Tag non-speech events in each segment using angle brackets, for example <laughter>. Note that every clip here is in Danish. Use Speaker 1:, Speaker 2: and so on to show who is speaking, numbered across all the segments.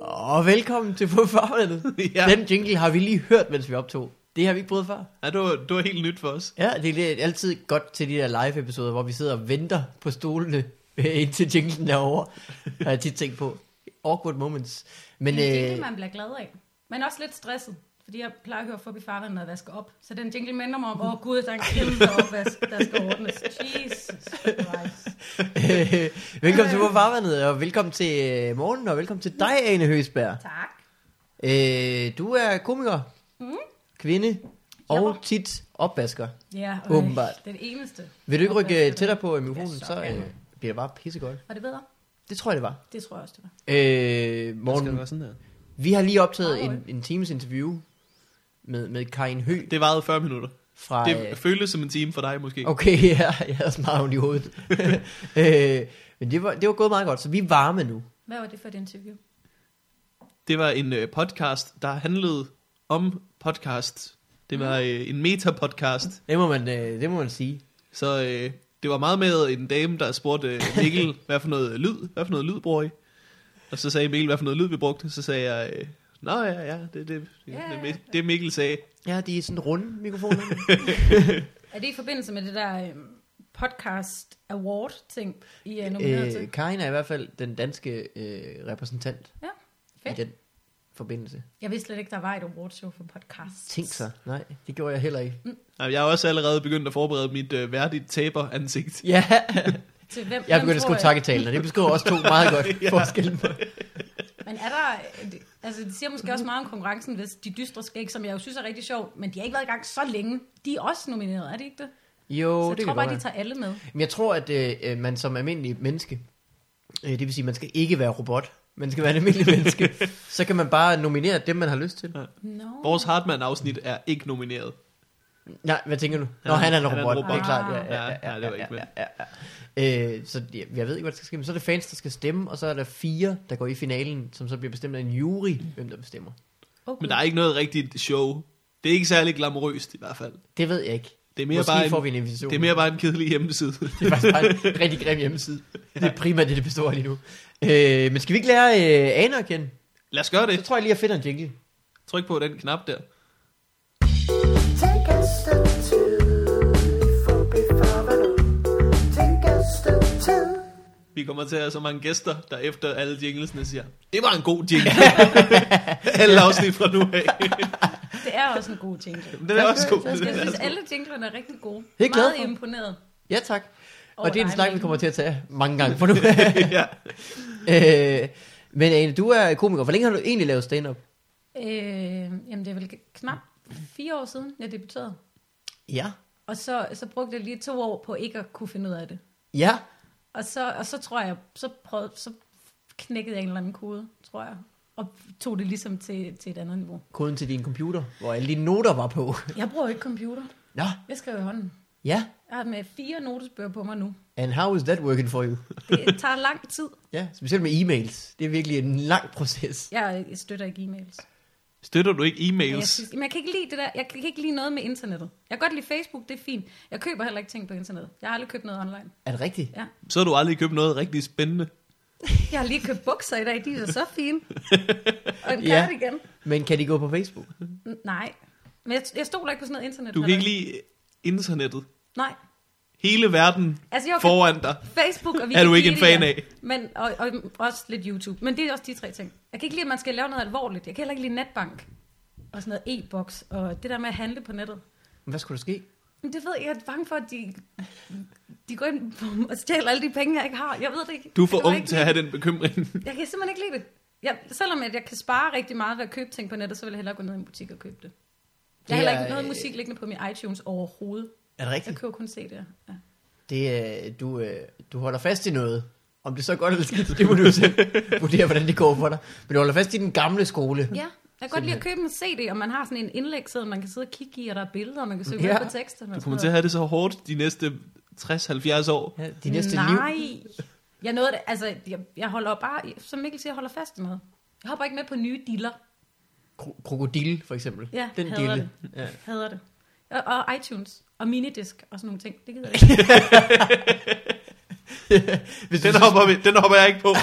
Speaker 1: Og velkommen til på farvandet.
Speaker 2: Ja.
Speaker 1: <laughs> ja. Den jingle har vi lige hørt, mens vi optog. Det har vi ikke prøvet før.
Speaker 2: Ja, det var, det var helt nyt for os.
Speaker 1: Ja, det er lidt- altid godt til de der live-episoder, hvor vi sidder og venter på stolene, <laughs> indtil jinglen er over. har jeg tit tænkt på. Awkward moments. Men,
Speaker 3: Men, det er en
Speaker 1: øh,
Speaker 3: jingle, man bliver glad af. Men også lidt stresset. Fordi jeg plejer at høre Fubi Farvand, når jeg vasker op. Så den jingle minder mig om, åh oh, gud, der er en kæmpe opvask, der skal ordnes. Jesus Christ.
Speaker 1: øh, <laughs> velkommen til på farvandet, og velkommen til øh, morgenen, og velkommen til dig, Ane Høsberg.
Speaker 3: Tak.
Speaker 1: Øh, du er komiker,
Speaker 3: Mm.
Speaker 1: kvinde og
Speaker 3: Ja.
Speaker 1: tit opvasker.
Speaker 3: Ja, øh,
Speaker 1: Åbenbart.
Speaker 3: Den eneste.
Speaker 1: Vil du ikke rykke
Speaker 3: opvasker,
Speaker 1: øh, tættere
Speaker 3: der-
Speaker 1: på øh, mikrofonen,
Speaker 3: Ja,
Speaker 1: så øh,
Speaker 3: gerne.
Speaker 1: bliver det bare pissegodt.
Speaker 3: Var det bedre?
Speaker 1: Det tror jeg, det var.
Speaker 3: Det tror jeg også, det var.
Speaker 1: Øh,
Speaker 2: Skal det
Speaker 1: Morten,
Speaker 2: være sådan der?
Speaker 1: vi har lige optaget
Speaker 3: Åh,
Speaker 1: en, en times interview med, med Karin Hø
Speaker 2: Det varede 40 minutter.
Speaker 1: fra...
Speaker 2: Det
Speaker 1: øh,
Speaker 2: føles som en time for dig måske.
Speaker 1: Okay, <laughs> ja, jeg havde smart ondt i
Speaker 2: <laughs>
Speaker 1: hovedet. øh, men det var, det var gået meget godt, så vi er varme nu.
Speaker 3: Hvad var det for et interview?
Speaker 2: Det var en øh, podcast, der handlede om podcast. Det var øh, en meta-podcast.
Speaker 1: Det må man, øh, det må man sige.
Speaker 2: Så øh, det var meget med en dame, der spurgte øh,
Speaker 1: <laughs>
Speaker 2: Mikkel, hvad for noget øh, lyd, hvad for noget lyd bruger I? Og så sagde Mikkel, hvad for noget lyd vi brugte. Så sagde jeg, øh, nå ja, ja, det, det, det,
Speaker 3: Ja,
Speaker 2: det,
Speaker 3: ja,
Speaker 2: det, det Mikkel sagde.
Speaker 1: Ja, de er sådan runde <laughs> mikrofoner.
Speaker 3: Er det i forbindelse med det der øh, podcast award ting, I er nomineret øh,
Speaker 1: øh,
Speaker 3: til?
Speaker 1: Karin er i hvert fald den danske øh, repræsentant
Speaker 3: Ja,
Speaker 1: i
Speaker 3: fedt.
Speaker 1: den forbindelse.
Speaker 3: Jeg vidste slet ikke, der var et awardshow for podcast.
Speaker 1: Tænk så. Nej, det gjorde jeg heller ikke.
Speaker 2: Ej, Jeg har også allerede begyndt at forberede mit øh, værdigt taberansigt.
Speaker 1: Ja,
Speaker 3: Til hvem,
Speaker 1: <laughs> jeg
Speaker 3: hvem
Speaker 1: begyndte at
Speaker 3: tror
Speaker 1: skrive
Speaker 3: I?
Speaker 1: takketalen, og det beskriver også to meget
Speaker 2: <laughs>
Speaker 1: godt forskellen.
Speaker 3: Men er der, altså det siger måske også meget om konkurrencen, hvis de dystre skæg, som jeg jo synes er rigtig sjovt, men de har ikke været i gang så længe. De er også nomineret, er det ikke det?
Speaker 1: Jo,
Speaker 3: så
Speaker 1: det
Speaker 3: jeg
Speaker 1: kan
Speaker 3: tror
Speaker 1: godt
Speaker 3: bare,
Speaker 1: være.
Speaker 3: de tager alle med.
Speaker 1: Men jeg tror, at øh, øh, man som almindelig menneske, øh, det vil sige, man skal ikke være robot, man skal være en almindelig
Speaker 2: <laughs>
Speaker 1: menneske, så kan man bare nominere dem, man har lyst til.
Speaker 3: No.
Speaker 2: Vores Hartmann-afsnit er ikke nomineret.
Speaker 1: Nej, hvad tænker du? Nå, han er en
Speaker 2: han er en
Speaker 1: robot, det er
Speaker 2: robot.
Speaker 1: klart. Ja, ja,
Speaker 2: Ja,
Speaker 1: ja,
Speaker 2: ja, det var ikke
Speaker 1: ja, ja, ja. Øh, så jeg, jeg ved ikke, hvad der skal ske, men så er det fans, der skal stemme, og så er der fire, der går i finalen, som så bliver bestemt af en jury, hvem der bestemmer.
Speaker 3: Okay.
Speaker 2: Men der er ikke noget rigtigt show. Det er ikke særlig glamorøst i hvert fald.
Speaker 1: Det ved jeg ikke.
Speaker 2: Det er mere,
Speaker 1: Måske
Speaker 2: bare
Speaker 1: får
Speaker 2: en,
Speaker 1: vi en invitation.
Speaker 2: det er mere bare en kedelig <laughs> hjemmeside.
Speaker 1: <laughs> Det er faktisk bare en rigtig grim hjemmeside. Det er primært det, det består af lige nu. Øh, men skal vi ikke lære øh, Aner at kende?
Speaker 2: Lad os gøre
Speaker 1: Så
Speaker 2: det.
Speaker 1: tror jeg lige, jeg finder en jingle.
Speaker 2: Tryk på den knap der.
Speaker 4: Take a step two for before Take a step two.
Speaker 2: Vi kommer til at have så mange gæster, der efter alle jinglesene siger, det var en god jingle. <laughs> alle afsnit fra nu af.
Speaker 3: Det er også en god jingle.
Speaker 2: Men Den er også god. Den
Speaker 3: Jeg
Speaker 2: er
Speaker 3: synes,
Speaker 2: også god.
Speaker 3: alle jinglerne er rigtig gode.
Speaker 1: Helt glad
Speaker 3: Meget
Speaker 1: for.
Speaker 3: imponeret.
Speaker 1: Ja, tak. Og
Speaker 3: Over
Speaker 1: det er en
Speaker 3: dig,
Speaker 1: snak, vi
Speaker 3: Mikkel.
Speaker 1: kommer til at tage mange gange <laughs> for nu.
Speaker 2: <laughs> ja.
Speaker 1: øh, men Ane, du er komiker. Hvor længe har du egentlig lavet stand-up?
Speaker 3: Øh, jamen det er vel knap fire år siden, jeg debuterede.
Speaker 1: Ja.
Speaker 3: Og så, så brugte jeg lige to år på ikke at kunne finde ud af det.
Speaker 1: Ja?
Speaker 3: Og så, og så tror jeg, så, prøvede, så knækkede jeg en eller anden kode, tror jeg. Og tog det ligesom til, til et andet niveau.
Speaker 1: Koden til din computer, hvor alle dine noter var på.
Speaker 3: Jeg bruger ikke computer.
Speaker 1: <laughs> Nå,
Speaker 3: Jeg skriver i hånden.
Speaker 1: ja.
Speaker 3: Jeg har med fire notesbøger på mig nu.
Speaker 1: And how is that working for you?
Speaker 3: Det tager lang tid.
Speaker 1: Ja, specielt med e-mails. Det er virkelig en lang proces.
Speaker 3: Jeg støtter ikke e-mails.
Speaker 2: Støtter du ikke
Speaker 3: Men Jeg,
Speaker 2: e-mails?
Speaker 3: synes, men jeg kan ikke lide det der. Jeg kan ikke lide noget med internettet. Jeg kan godt lide Facebook, det er fint. Jeg køber heller ikke ting på internettet. Jeg har aldrig købt noget online.
Speaker 1: Er det rigtigt?
Speaker 3: Ja.
Speaker 2: Så har du aldrig købt noget rigtig spændende.
Speaker 3: Jeg har lige købt bukser i dag, de er da så fine. Og en
Speaker 1: Ja.
Speaker 3: ja. igen.
Speaker 1: Men kan de gå på Facebook?
Speaker 3: Nej. Men jeg, jeg stoler ikke på sådan noget internet.
Speaker 2: Du kan ikke lide internettet.
Speaker 3: Nej.
Speaker 2: Hele verden
Speaker 3: Altså, jeg kan-
Speaker 2: foran dig.
Speaker 3: Facebook og
Speaker 2: Er du ikke en
Speaker 3: Wikipedia,
Speaker 2: fan af?
Speaker 3: Men, og, og også lidt YouTube. Men det er også de tre ting. Jeg kan ikke lide, at man skal lave noget alvorligt. Jeg kan heller ikke lide netbank. Og sådan noget e-boks. Og det der med at handle på nettet.
Speaker 1: Men Hvad skulle der ske?
Speaker 3: Men det ved jeg, jeg er bange for, at de, de går ind på- og stjæler alle de penge, jeg ikke har. Jeg ved det ikke.
Speaker 2: Du er
Speaker 3: Jeg
Speaker 2: for
Speaker 3: kan bare
Speaker 2: ung
Speaker 3: ikke
Speaker 2: til at have den bekymring.
Speaker 3: lide- Jeg kan simpelthen ikke lide det. Jeg, selvom at jeg kan spare rigtig meget ved at købe ting på nettet, så vil jeg hellere gå ned i en butik og købe det. Jeg har
Speaker 1: Det
Speaker 3: heller
Speaker 1: er,
Speaker 3: ikke noget
Speaker 1: øh,
Speaker 3: musik liggende på min iTunes overhovedet.
Speaker 1: Er det
Speaker 3: Jeg
Speaker 1: rigtigt?
Speaker 3: køber kun CD'er. Ja.
Speaker 1: Det, er- du, øh, du holder fast i noget. Om det så er godt eller skidt, det må <laughs> du selv vurdere, hvordan det går for dig. Men du holder fast i den gamle skole.
Speaker 3: Ja, jeg kan godt lide at købe en CD, og man har sådan en indlægsside, man kan sidde og kigge i, og der er billeder, og man kan søge
Speaker 1: Ja.
Speaker 3: ja. på teksterne.
Speaker 2: Du
Speaker 3: og
Speaker 2: kommer til
Speaker 3: sådan
Speaker 2: at have det så hårdt de næste 60-70 år.
Speaker 1: Ja, de næste
Speaker 3: noget.
Speaker 1: liv.
Speaker 3: Nej, jeg nåede det. Altså, jeg, jeg holder bare, som Mikkel siger, jeg holder fast i noget. Jeg hopper ikke med på nye dealer.
Speaker 1: Kro- krokodille, for eksempel.
Speaker 3: Ja,
Speaker 1: den
Speaker 3: hader
Speaker 1: dille.
Speaker 3: det.
Speaker 1: Ja.
Speaker 3: Hader det. Og, og iTunes, og minidisk, og sådan nogle ting. Det gider jeg
Speaker 1: <laughs> Hvis du,
Speaker 2: Den hopper, vi, den hopper jeg ikke <laughs> på.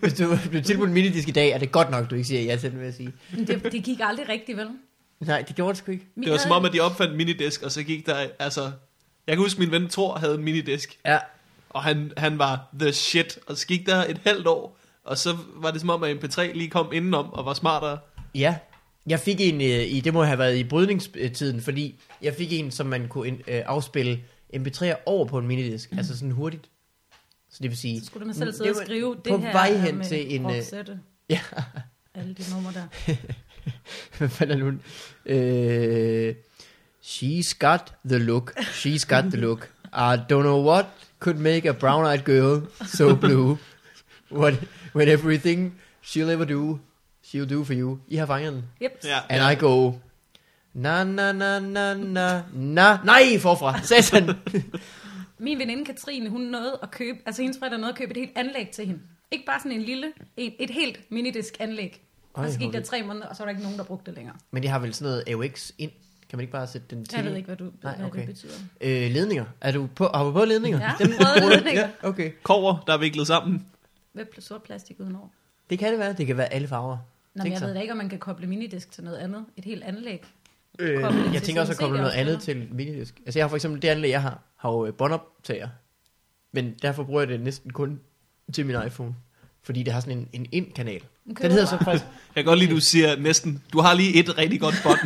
Speaker 1: hvis du bliver tilbudt en minidisk i dag, er det godt nok, du ikke siger ja til den, vil jeg sige.
Speaker 3: Men det, det gik aldrig rigtigt, vel?
Speaker 1: Nej, det gjorde det sgu ikke.
Speaker 3: Vi
Speaker 2: Det var
Speaker 3: havde-
Speaker 2: som om, at de opfandt minidisk, og så gik der, altså... Jeg kan huske, min ven Thor havde en minidisk,
Speaker 1: Ja,
Speaker 2: og han, han var the shit, og så gik der et halvt år, og så var det som om, at MP3 lige kom indenom og var smartere.
Speaker 1: ja. Jeg fik en øh, i, det må have været i brydningstiden, fordi jeg fik en, som man kunne ind- øh, afspille mp3'er over på en minidisk, altså sådan hurtigt. Så det vil sige,
Speaker 3: Så skulle man selv
Speaker 1: Det
Speaker 3: sidde og
Speaker 1: var
Speaker 3: skrive det
Speaker 1: på
Speaker 3: her
Speaker 1: vej
Speaker 3: er
Speaker 1: hen
Speaker 3: med
Speaker 1: til en, øh,
Speaker 3: Roxette.
Speaker 1: ja,
Speaker 3: Alle de numre der.
Speaker 1: <laughs> hvad fanden er nu? Øh, she's got the look, she's got the look. I don't know what could make a brown-eyed girl so blue. What, when everything she'll ever do, she'll do for you. I har fanget den.
Speaker 3: Yep.
Speaker 2: Ja,
Speaker 1: And I go, na na na na na na, nej forfra, satan. <laughs>
Speaker 3: Min veninde Katrine, hun nåede at købe, altså hendes forældre nåede at købe et helt anlæg til hende. Ikke bare sådan en lille, et, et helt minidisk anlæg.
Speaker 1: Ej,
Speaker 3: og så gik
Speaker 1: hvor
Speaker 3: der
Speaker 1: vildt.
Speaker 3: tre måneder, og så var der ikke nogen, der brugte det længere.
Speaker 1: Men det har vel sådan noget AUX ind? Kan man ikke bare sætte den til?
Speaker 3: Jeg ved ikke, hvad, du,
Speaker 1: Nej,
Speaker 3: hvad
Speaker 1: okay.
Speaker 3: det betyder.
Speaker 1: Øh, ledninger. Er du på, har du på ledninger?
Speaker 3: Ja,
Speaker 1: Dem- <laughs>
Speaker 3: røde ledninger.
Speaker 1: Ja, okay.
Speaker 2: Kover, der er viklet sammen.
Speaker 3: Hvad blev sort plastik udenover?
Speaker 1: Det kan det være. Det kan være alle farver.
Speaker 3: Nå, men
Speaker 1: Tænk
Speaker 3: jeg
Speaker 1: så.
Speaker 3: ved da ikke, om man kan koble minidisk til noget andet. Et helt anlæg.
Speaker 1: Øh,
Speaker 3: Koble til
Speaker 1: jeg tænker også at
Speaker 3: sådan en
Speaker 1: koble noget andet
Speaker 3: CD-afspiller.
Speaker 1: til minidisk. Altså jeg har for eksempel det anlæg, jeg har, har jo øh, båndoptager. Men derfor bruger jeg det næsten kun til min iPhone. Fordi det har sådan en, en ind-kanal.
Speaker 3: Den
Speaker 1: Den
Speaker 3: køber
Speaker 1: hedder
Speaker 3: du
Speaker 1: så
Speaker 3: bare.
Speaker 1: faktisk...
Speaker 2: Jeg kan godt lide, du siger næsten, du har lige et rigtig godt <laughs> bånd.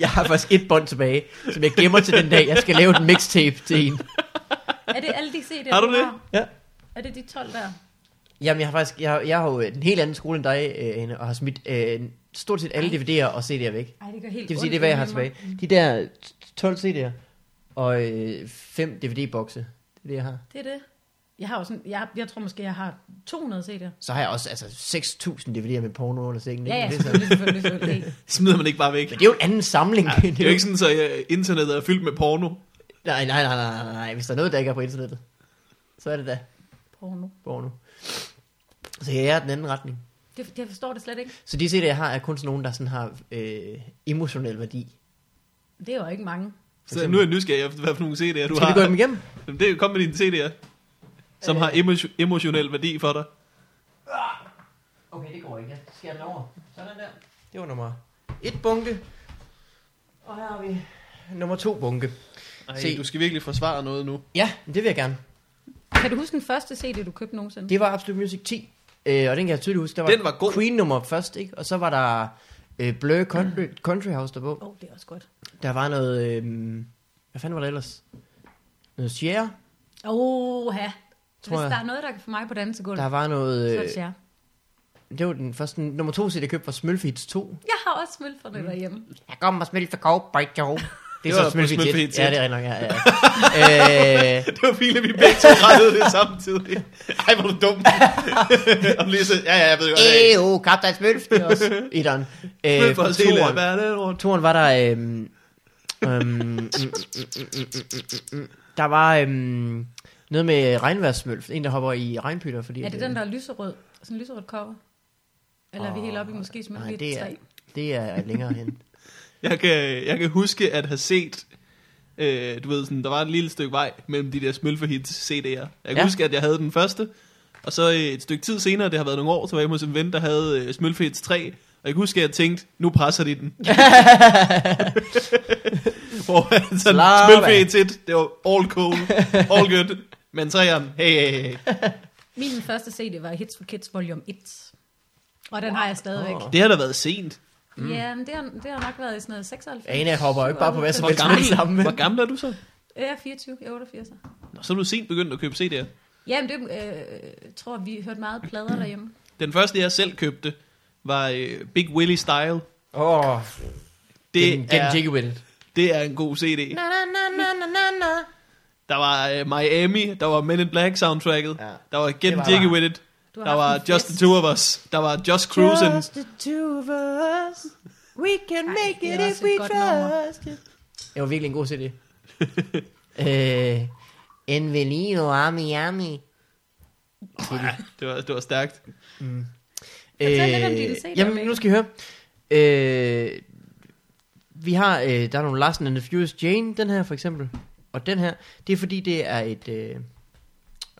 Speaker 1: Jeg har faktisk et bånd tilbage, som jeg gemmer til den dag, jeg skal lave et mixtape til en.
Speaker 3: Er det alle de CD'er,
Speaker 2: Har du det?
Speaker 1: Ja.
Speaker 3: Er det de 12 der?
Speaker 1: Jamen, jeg har faktisk, jeg, jeg har jo øh, en helt anden skole end dig, øh, Anne, og har smidt øh, stort set alle DVD'er og CD'er væk.
Speaker 3: Ej, det gør
Speaker 1: Det vil
Speaker 3: helt
Speaker 1: sige,
Speaker 3: ondt
Speaker 1: det er, hvad jeg
Speaker 3: inde
Speaker 1: har
Speaker 3: i
Speaker 1: tilbage.
Speaker 3: mig.
Speaker 1: De der 12 CD'er og øh, 5 DVD-bokse, det er det, jeg har.
Speaker 3: Det er det. Jeg har også sådan, jeg, jeg tror måske, jeg har 200 CD'er.
Speaker 1: Så har jeg også altså, 6.000 DVD'er med porno under sengen.
Speaker 3: Ja,
Speaker 1: ikke? det,
Speaker 3: ja,
Speaker 1: er sådan-
Speaker 3: selvfølgelig, selvfølgelig, <laughs> selvfølgelig.
Speaker 2: Smider man ikke bare væk.
Speaker 1: men det er jo en anden samling. <laughs>
Speaker 2: Ja, det er jo ikke sådan, så øh, internettet er fyldt med porno.
Speaker 1: Nej, nej, nej, nej, nej, nej. Hvis der er noget, der ikke er på internettet, så er det da
Speaker 3: Porno.
Speaker 1: porno. Så jeg er den anden retning.
Speaker 3: Det, jeg forstår det slet ikke.
Speaker 1: Så de CD'er, jeg har, er kun sådan nogen, der sådan har øh, emotionel værdi.
Speaker 3: Det er jo ikke mange.
Speaker 2: Så nu er jeg nysgerrig efter, hvad for nogle CD'er du
Speaker 1: Skal vi gå dem
Speaker 2: har.
Speaker 1: igennem?
Speaker 2: Jamen, Det er jo kom med dine CD'er, som har emo- emotionel værdi for dig.
Speaker 1: Okay, det går ikke. Jeg skærer den over. Sådan der. Det var nummer et bunke. Og her har vi nummer to bunke.
Speaker 2: Ej,
Speaker 1: Se.
Speaker 2: du skal virkelig forsvare noget nu.
Speaker 1: Ja, det vil jeg gerne.
Speaker 3: Kan du huske den første CD, du købte nogensinde?
Speaker 1: Det var Absolute Music 10. Øh, og den kan jeg tydeligt huske. Der var,
Speaker 2: Den var god.
Speaker 1: Queen nummer først, ikke? Og så var der øh, Blur Country, Country House derpå.
Speaker 3: Åh, oh, det er også godt.
Speaker 1: Der var noget... Øh, hvad fanden var der ellers? Noget Sierra.
Speaker 3: Åh, ja.
Speaker 1: Tror
Speaker 3: Hvis
Speaker 1: jeg.
Speaker 3: der er noget, der kan få mig på dansegulvet,
Speaker 1: Der var noget...
Speaker 3: så er
Speaker 1: Øh,
Speaker 3: det jer.
Speaker 1: det var den første... Nummer to, jeg købte, var Smølf Hits 2.
Speaker 3: Jeg har også smølferne mm. derhjemme.
Speaker 1: Jeg kommer og smelter cowboy <laughs> Joe. Det
Speaker 2: Det
Speaker 1: er så
Speaker 2: var på
Speaker 1: Smølf
Speaker 2: Smølf
Speaker 1: Hits 1.
Speaker 2: Hits
Speaker 1: Ja,
Speaker 2: et.
Speaker 1: det er rigtig nok,
Speaker 2: <laughs>
Speaker 1: ja. ja. øh,
Speaker 2: Det var fint, at vi begge to rettede det samtidig. Ej, hvor er du dum. <laughs> Og lige så, ja, ja, jeg ved godt, det er
Speaker 1: Eo, Kaptajn Smølf, det er
Speaker 2: <laughs>
Speaker 1: også etteren.
Speaker 2: ikke.
Speaker 1: Øh,
Speaker 2: for
Speaker 1: for
Speaker 2: os hele
Speaker 1: toren,
Speaker 2: verden rundt.
Speaker 1: toren var der... Øhm, øhm, mm, mm, mm, mm, mm, der var øhm, noget med regnværsmølf. En, der hopper i regnpytter, fordi...
Speaker 3: Er
Speaker 1: at,
Speaker 3: det
Speaker 1: øh,
Speaker 3: den, der er lyserød? Sådan en lyserød cover? Eller er vi helt oppe i måske
Speaker 1: øh, Nej,
Speaker 3: smølferne
Speaker 1: det
Speaker 3: det
Speaker 1: er,
Speaker 3: tre?
Speaker 1: det er længere hen.
Speaker 2: Jeg kan, jeg kan huske at have set, øh, du ved sådan, der var et lille stykke vej mellem de der smølferhits CD'er. Jeg kan
Speaker 1: Ja.
Speaker 2: ja. huske, at jeg havde den første, og så øh, et stykke tid senere, det har været nogle år, så var jeg hos en ven, der havde øh, smølferhits 3, og jeg kan huske, at jeg tænkte, nu presser de den. <laughs> Hvor altså,
Speaker 1: Slap af.
Speaker 2: smølferhits 1, det var all cool, all good, men 3'eren, hey, hey, hey.
Speaker 3: Min første CD var Hits for Kids Volume 1. Og den har jeg stadigvæk.
Speaker 1: Åh.
Speaker 2: Det har da været sent.
Speaker 3: Mm. Ja, men det har, det har nok været i sådan noget 96.
Speaker 1: Ana hopper jo ikke bare på hvad som
Speaker 2: Hvor
Speaker 1: helst.
Speaker 2: gammel,
Speaker 1: sammen med.
Speaker 2: hvor gammel er du så?
Speaker 3: Jeg er 24, jeg er 88.
Speaker 2: Nå, så er du sent begyndt at købe CD'er.
Speaker 3: Jamen, det øh, tror vi hørte meget plader derhjemme.
Speaker 2: Den første, jeg selv købte, var øh, Big Willie Style.
Speaker 1: Åh,
Speaker 2: Det,
Speaker 1: det
Speaker 2: er,
Speaker 1: er... Jiggy Will.
Speaker 2: det er en god CD.
Speaker 1: Na, na, na, na, na, na, na.
Speaker 2: Der var øh, Miami, der var Men in Black soundtracket,
Speaker 1: Ja.
Speaker 2: ja. der var Get
Speaker 1: Det var
Speaker 2: Jiggy
Speaker 1: der.
Speaker 2: With It,
Speaker 3: Du har
Speaker 2: der
Speaker 3: haft
Speaker 2: var
Speaker 3: en
Speaker 2: Just the
Speaker 3: fest.
Speaker 2: Two of Us, der var Just Cruising.
Speaker 1: Just the two of us. We can
Speaker 3: Ej,
Speaker 1: make
Speaker 3: det er
Speaker 1: it if
Speaker 3: også et
Speaker 1: we
Speaker 3: godt nummer.
Speaker 1: trust it. Det var virkelig en god
Speaker 3: <laughs>
Speaker 1: CD. øh, Envelino Ami Ami.
Speaker 2: Ja, det var, det var stærkt.
Speaker 3: Fortæl lidt om dine CD'er,
Speaker 1: jamen,
Speaker 3: Mikkel.
Speaker 1: nu skal I høre. Øh, vi har, øh, der er nogle Larsen and the Furious Jane, den her for eksempel. Og den her, det er fordi, det er et... Øh,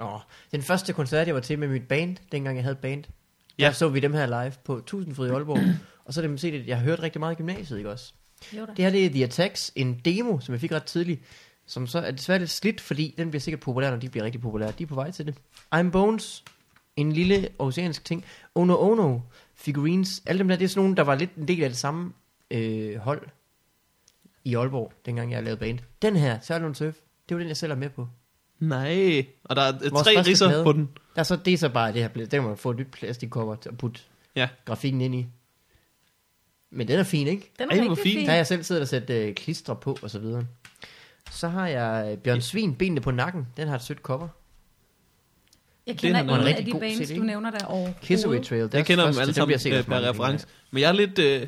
Speaker 1: åh, den første koncert, jeg var til med mit band, dengang jeg havde et band, ja.
Speaker 2: Ja.
Speaker 1: der så vi dem her live på Tusindfryd i Aalborg. og så er det, man set, at jeg har hørt rigtig meget i gymnasiet, ikke også?
Speaker 3: Jo da.
Speaker 1: Det her det er The Attacks, en demo, som jeg fik ret tidligt, som så er desværre lidt slidt, fordi den bliver sikkert populær, når de bliver rigtig populære. De er på vej til det. I'm Bones, en lille oceansk ting. Ono Ono, figurines, alle dem der, det er sådan nogle, der var lidt en del af det samme øh, hold i Aalborg, dengang jeg lavede band. Den her, Sørlund Surf, det var den, jeg selv er med på.
Speaker 2: Nej. Og der er øh,
Speaker 1: Vores
Speaker 2: tre
Speaker 1: første
Speaker 2: ridser
Speaker 1: plade.
Speaker 2: på den.
Speaker 1: Der er så, det er så bare det her, pla- der kan man få et nyt plastikcover til at putte
Speaker 2: Ja.
Speaker 1: grafikken ind i. Men den er fin, ikke?
Speaker 3: Den
Speaker 2: Ej,
Speaker 3: er
Speaker 2: hvor
Speaker 3: rigtig
Speaker 2: fint.
Speaker 3: fin.
Speaker 1: Der har jeg selv siddet og sat øh, klister på og så videre. Så har jeg øh, Bjørn Svin, benene på nakken. Den har et sødt cover.
Speaker 3: Jeg
Speaker 2: Den
Speaker 3: kender
Speaker 2: er noget
Speaker 3: ikke nogen af
Speaker 1: rigtig
Speaker 3: de
Speaker 1: god
Speaker 3: bands,
Speaker 1: CD.
Speaker 3: du nævner der overhovedet.
Speaker 1: Kissaway Trail.
Speaker 2: Jeg kender dem alle sammen øh,
Speaker 1: sikkert
Speaker 2: per reference. Men jeg er lidt, øh,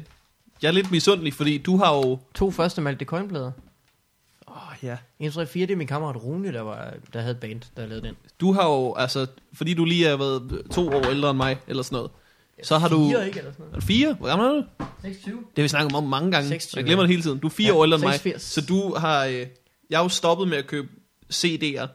Speaker 2: jeg er lidt misundelig, fordi du har jo...
Speaker 1: To første Malte Coinblader.
Speaker 2: Åh, oh, ja.
Speaker 1: 1, 3, 4, det er min kammerat Rune, der, var, der havde et band, der lavede den.
Speaker 2: Du har jo, altså... Fordi du lige er været to år ældre end mig, eller sådan noget. Så har du...
Speaker 1: Fire, ikke? Eller sådan
Speaker 2: Er du fire? Hvor gammel er du?
Speaker 1: noget. 26.
Speaker 2: Det har vi snakket om mange gange.
Speaker 1: 26,
Speaker 2: jeg glemmer det hele tiden. Du er fire
Speaker 1: Ja,
Speaker 2: ja, år ældre end mig.
Speaker 1: 86.
Speaker 2: Så du har... Øh, jeg har jo stoppet med at købe CD'er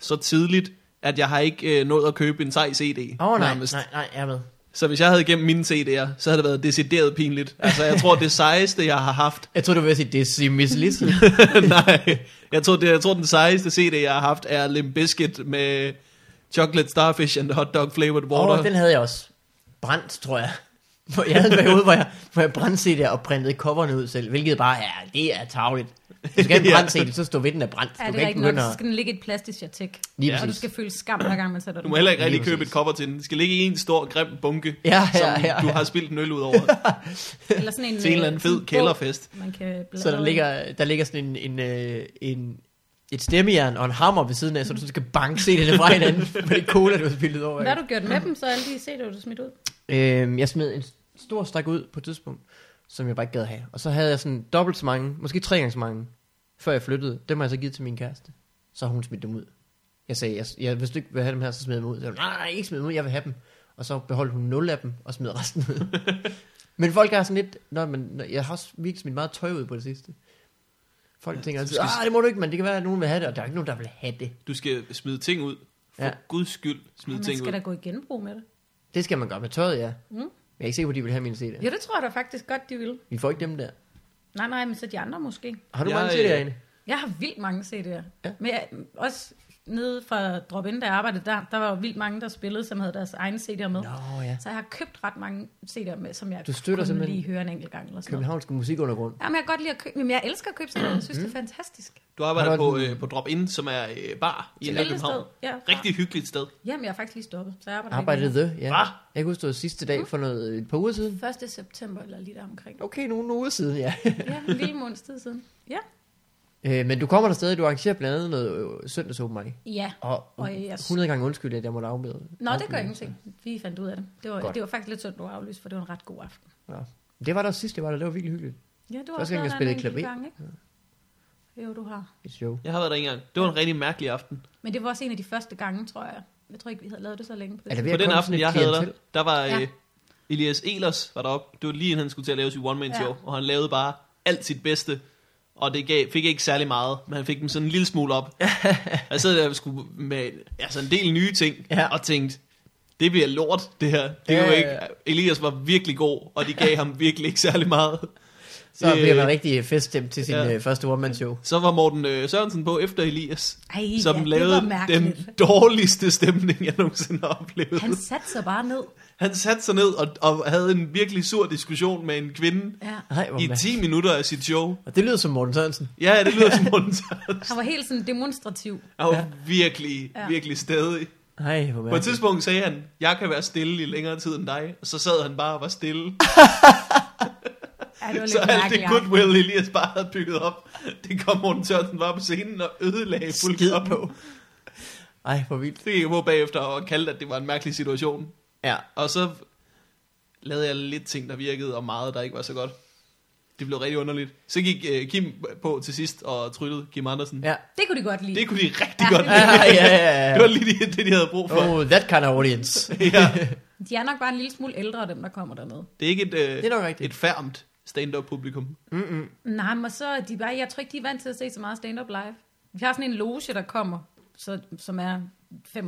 Speaker 2: så tidligt, at jeg har ikke øh, nået at købe en sej CD.
Speaker 1: Åh, oh, nej,
Speaker 2: nærmest.
Speaker 1: nej, nej, jeg er med.
Speaker 2: Så hvis jeg havde gemt mine CD'er, så havde det været decideret pinligt. Altså, jeg tror, det sejeste, jeg har haft... <laughs>
Speaker 1: Jeg tror du vil sige, det er Simis <laughs> Lisse.
Speaker 2: nej, jeg tror, det, jeg tror, den sejeste CD, jeg har haft, er Limp Bizkit med Chocolate Starfish and Hot Dog Flavored
Speaker 1: Åh,
Speaker 2: Water.
Speaker 1: den havde jeg også. Brændt, tror jeg. Hvor jeg havde en periode, hvor jeg, hvor jeg brændte CD'er og printede coverne ud selv, hvilket bare er, det er tavligt. Du skal have en
Speaker 2: <laughs> Ja.
Speaker 1: brændt CD, så står ved den er brændt.
Speaker 3: Ja,
Speaker 1: du
Speaker 3: det
Speaker 1: kan
Speaker 3: er
Speaker 1: ikke
Speaker 3: rigtigt nok.
Speaker 1: begynde
Speaker 3: Så
Speaker 1: at...
Speaker 3: skal den ligge i et plastikjatik.
Speaker 1: Lige
Speaker 3: Og du
Speaker 1: præcis.
Speaker 3: skal føle skam, hver gang man sætter
Speaker 2: Du
Speaker 3: den.
Speaker 2: må heller ikke
Speaker 1: Lige
Speaker 2: rigtig købe et
Speaker 1: præcis.
Speaker 2: cover til den. Det skal ligge i en stor, grim bunke,
Speaker 1: Ja, ja,
Speaker 2: som
Speaker 1: ja,
Speaker 2: du
Speaker 1: ja.
Speaker 2: har spildt en øl
Speaker 1: <laughs>
Speaker 2: ud over
Speaker 3: Eller sådan en,
Speaker 2: til en eller anden
Speaker 3: øh,
Speaker 2: fed
Speaker 3: bog,
Speaker 2: kælderfest.
Speaker 3: Man kan bladre
Speaker 1: Så der
Speaker 3: i.
Speaker 1: ligger, der ligger sådan en, en, øh, en, et stemmejern og en hammer ved siden af, så du sådan skal banke se det fra hinanden <laughs> med det cola, du har spillet over.
Speaker 3: Hvad har du gjort med dem, så alle de CD'er, du smidt ud?
Speaker 1: Øhm, jeg smed en stor stak ud på et tidspunkt, som jeg bare ikke gad have. Og så havde jeg sådan dobbelt så mange, måske tre gange så mange, før jeg flyttede. Dem har jeg så givet til min kæreste. Så har hun smidt dem ud. Jeg sagde, jeg, jeg, hvis du ikke vil have dem her, så smed dem ud. Så sagde hun, nej, nej, ikke smid dem ud, jeg vil have dem. Og så beholdt hun nul af dem og smed resten
Speaker 2: <laughs>
Speaker 1: ud. men folk er sådan lidt, Nå, men nå, jeg har også virkelig smidt meget tøj ud på det sidste. Folk tænker altid,
Speaker 2: skal-
Speaker 1: ah, det må du ikke, men det kan være, at nogen vil have det, og der er ikke nogen, der vil have det.
Speaker 2: Du skal smide ting ud. For
Speaker 1: Ja.
Speaker 2: ja. guds skyld, smid
Speaker 3: Man
Speaker 2: ting ud.
Speaker 3: skal da gå i genbrug med det.
Speaker 1: Det skal man gøre med tøjet, ja. Mm. Jeg er ikke sikker på, at de vil have mine CD'er.
Speaker 3: Jo, det tror jeg da faktisk godt, de vil.
Speaker 1: Vi får ikke dem der.
Speaker 3: Nej, nej, men så de andre måske.
Speaker 1: Har du
Speaker 2: Jeg,
Speaker 1: mange CD'er,
Speaker 2: øh,
Speaker 1: Ane?
Speaker 3: Jeg har vildt mange CD'er.
Speaker 1: Ja.
Speaker 3: Ja. Men jeg, også nede fra drop in der jeg arbejdede der, der var jo vildt mange, der spillede, som havde deres egne CD'er med.
Speaker 1: Nå, ja.
Speaker 3: Så jeg har købt ret mange CD'er med, som jeg
Speaker 1: Du støtter
Speaker 3: kun
Speaker 1: simpelthen
Speaker 3: lige hører en enkelt gang. Eller sådan noget.
Speaker 1: Københavnske musikundergrund.
Speaker 3: Jamen, jeg kan godt lide at købe, men jeg elsker at købe CD'er, jeg synes, det er
Speaker 2: Mm.
Speaker 3: fantastisk.
Speaker 2: Du
Speaker 1: Har
Speaker 2: arbejder
Speaker 1: du
Speaker 2: på,
Speaker 1: en-
Speaker 2: øh, på Drop-In, som er øh, bar i
Speaker 3: Et
Speaker 2: en
Speaker 3: lille
Speaker 2: København.
Speaker 3: sted, ja.
Speaker 2: Rigtig hyggeligt sted.
Speaker 3: Jamen, jeg har faktisk lige stoppet, så jeg arbejder
Speaker 1: Arbejdede
Speaker 3: ikke
Speaker 1: The, ja.
Speaker 2: Hva?
Speaker 1: Jeg kan huske, det var sidste dag for noget, et par uger siden.
Speaker 3: mere. 1. september, eller lige der omkring.
Speaker 1: Okay, nogle uger siden, ja.
Speaker 3: Ja, en lille måneds tid siden. Ja,
Speaker 1: <laughs> øh, men du kommer der stadig, du arrangerer blandt andet noget øh, søndags open mic.
Speaker 3: ja.
Speaker 1: Og,
Speaker 3: Og
Speaker 1: øh,
Speaker 3: jeg-
Speaker 1: 100 gange undskyld, at jeg måtte afbede.
Speaker 3: Nå, det gør
Speaker 1: afbede.
Speaker 3: ingenting. Vi fandt ud af det. Det var,
Speaker 1: Godt.
Speaker 3: det var faktisk lidt synd, du aflyst, for det var en ret god aften.
Speaker 1: Nå. Det var der sidst, jeg var der. Det var virkelig hyggeligt.
Speaker 3: Ja, du har
Speaker 1: Første
Speaker 3: også
Speaker 1: gang,
Speaker 3: været
Speaker 1: jeg
Speaker 3: der
Speaker 1: spillede
Speaker 3: en enkelt
Speaker 1: klaver.
Speaker 3: gang, ikke? Jo, du har.
Speaker 1: Et show.
Speaker 2: Jeg har været der en gang. Det var en rigtig mærkelig aften.
Speaker 3: Men det var også en af de første gange, tror jeg. Jeg tror ikke, vi havde lavet det så længe. På det.
Speaker 1: Er der
Speaker 3: tidspunkt.
Speaker 1: ved
Speaker 2: På
Speaker 1: at
Speaker 2: den
Speaker 1: komme sådan et
Speaker 2: aften, jeg havde der,
Speaker 1: klientel?
Speaker 2: der var
Speaker 3: Ja.
Speaker 2: øh, Elias Elers var deroppe. Det var lige inden han skulle til at lave sit one-man-show.
Speaker 3: Ja.
Speaker 2: Og han lavede bare alt sit bedste. Og det gav, fik ikke særlig meget, men han fik dem sådan en lille
Speaker 1: <laughs>
Speaker 2: smule op. jeg sad der og skulle med altså en del nye ting,
Speaker 1: Ja.
Speaker 2: ja. og tænkte, det bliver lort, det her. Det
Speaker 1: Ja,
Speaker 2: er jo
Speaker 1: ja,
Speaker 2: ikke.
Speaker 1: ja.
Speaker 2: Elias var virkelig god, og de
Speaker 1: <laughs>
Speaker 2: gav ham virkelig ikke særlig meget.
Speaker 1: Så bliver
Speaker 2: Øh,
Speaker 1: man rigtig feststemt til sin
Speaker 2: ja.
Speaker 1: øh, første one-man-show.
Speaker 2: Så var Morten øh, Sørensen på efter Elias,
Speaker 3: Ej,
Speaker 2: som
Speaker 3: ja, det
Speaker 2: lavede
Speaker 3: var mærkeligt.
Speaker 2: den dårligste stemning, jeg nogensinde har oplevet.
Speaker 3: Han
Speaker 2: Han,
Speaker 3: satte sig bare ned.
Speaker 2: han satte sig ned og, og havde en virkelig sur diskussion med en kvinde
Speaker 3: Ja.
Speaker 1: Nej, hvor
Speaker 2: i
Speaker 1: mærkeligt.
Speaker 2: 10 minutter af sit show.
Speaker 1: Og det lyder som Morten Sørensen.
Speaker 2: Ja, det lyder
Speaker 1: <laughs>
Speaker 2: som Morten Sørensen.
Speaker 3: Han var helt sådan demonstrativ.
Speaker 2: Han var virkelig,
Speaker 3: Ja.
Speaker 2: virkelig stedig.
Speaker 1: Nej, hvor
Speaker 2: På et
Speaker 1: mærkeligt.
Speaker 2: tidspunkt sagde han, jeg kan være stille i længere tid end dig. Og så sad han bare og var stille.
Speaker 3: Ja, det var
Speaker 2: Så
Speaker 3: lidt
Speaker 2: alt det
Speaker 3: mærkeligt.
Speaker 2: goodwill, Elias bare havde bygget op, det kom Morten Sørensen bare på scenen og ødelagde
Speaker 1: Skid
Speaker 2: fuldt
Speaker 1: på. Ej, hvor vildt.
Speaker 2: Det gik jeg på bagefter og kaldte, at det var en mærkelig situation. <laughs>
Speaker 1: Ja.
Speaker 2: Og så lavede jeg lidt ting, der virkede, og meget, der ikke var så godt. Det blev rigtig underligt. Så gik øh, Kim på til sidst og tryllede Kim Andersen. Ja.
Speaker 1: Ja.
Speaker 3: Det kunne de godt lide.
Speaker 2: Det kunne de rigtig
Speaker 3: Ja.
Speaker 1: <laughs>
Speaker 2: godt
Speaker 1: Ja,
Speaker 2: lide.
Speaker 1: ja, ja,
Speaker 2: <laughs> Det var
Speaker 1: ja.
Speaker 2: lige det, det, de havde brug for.
Speaker 1: Oh, that kind of audience.
Speaker 2: <laughs> Ja.
Speaker 3: De er nok bare en lille smule ældre, dem der kommer dernede.
Speaker 2: Det er ikke et, øh,
Speaker 1: Det er nok rigtigt.
Speaker 2: et færmt stand-up publikum.
Speaker 3: Nej, men så er de bare, jeg tror ikke, de er vant til at se så meget stand-up live. Vi har sådan en loge, der kommer, så, som er 25-30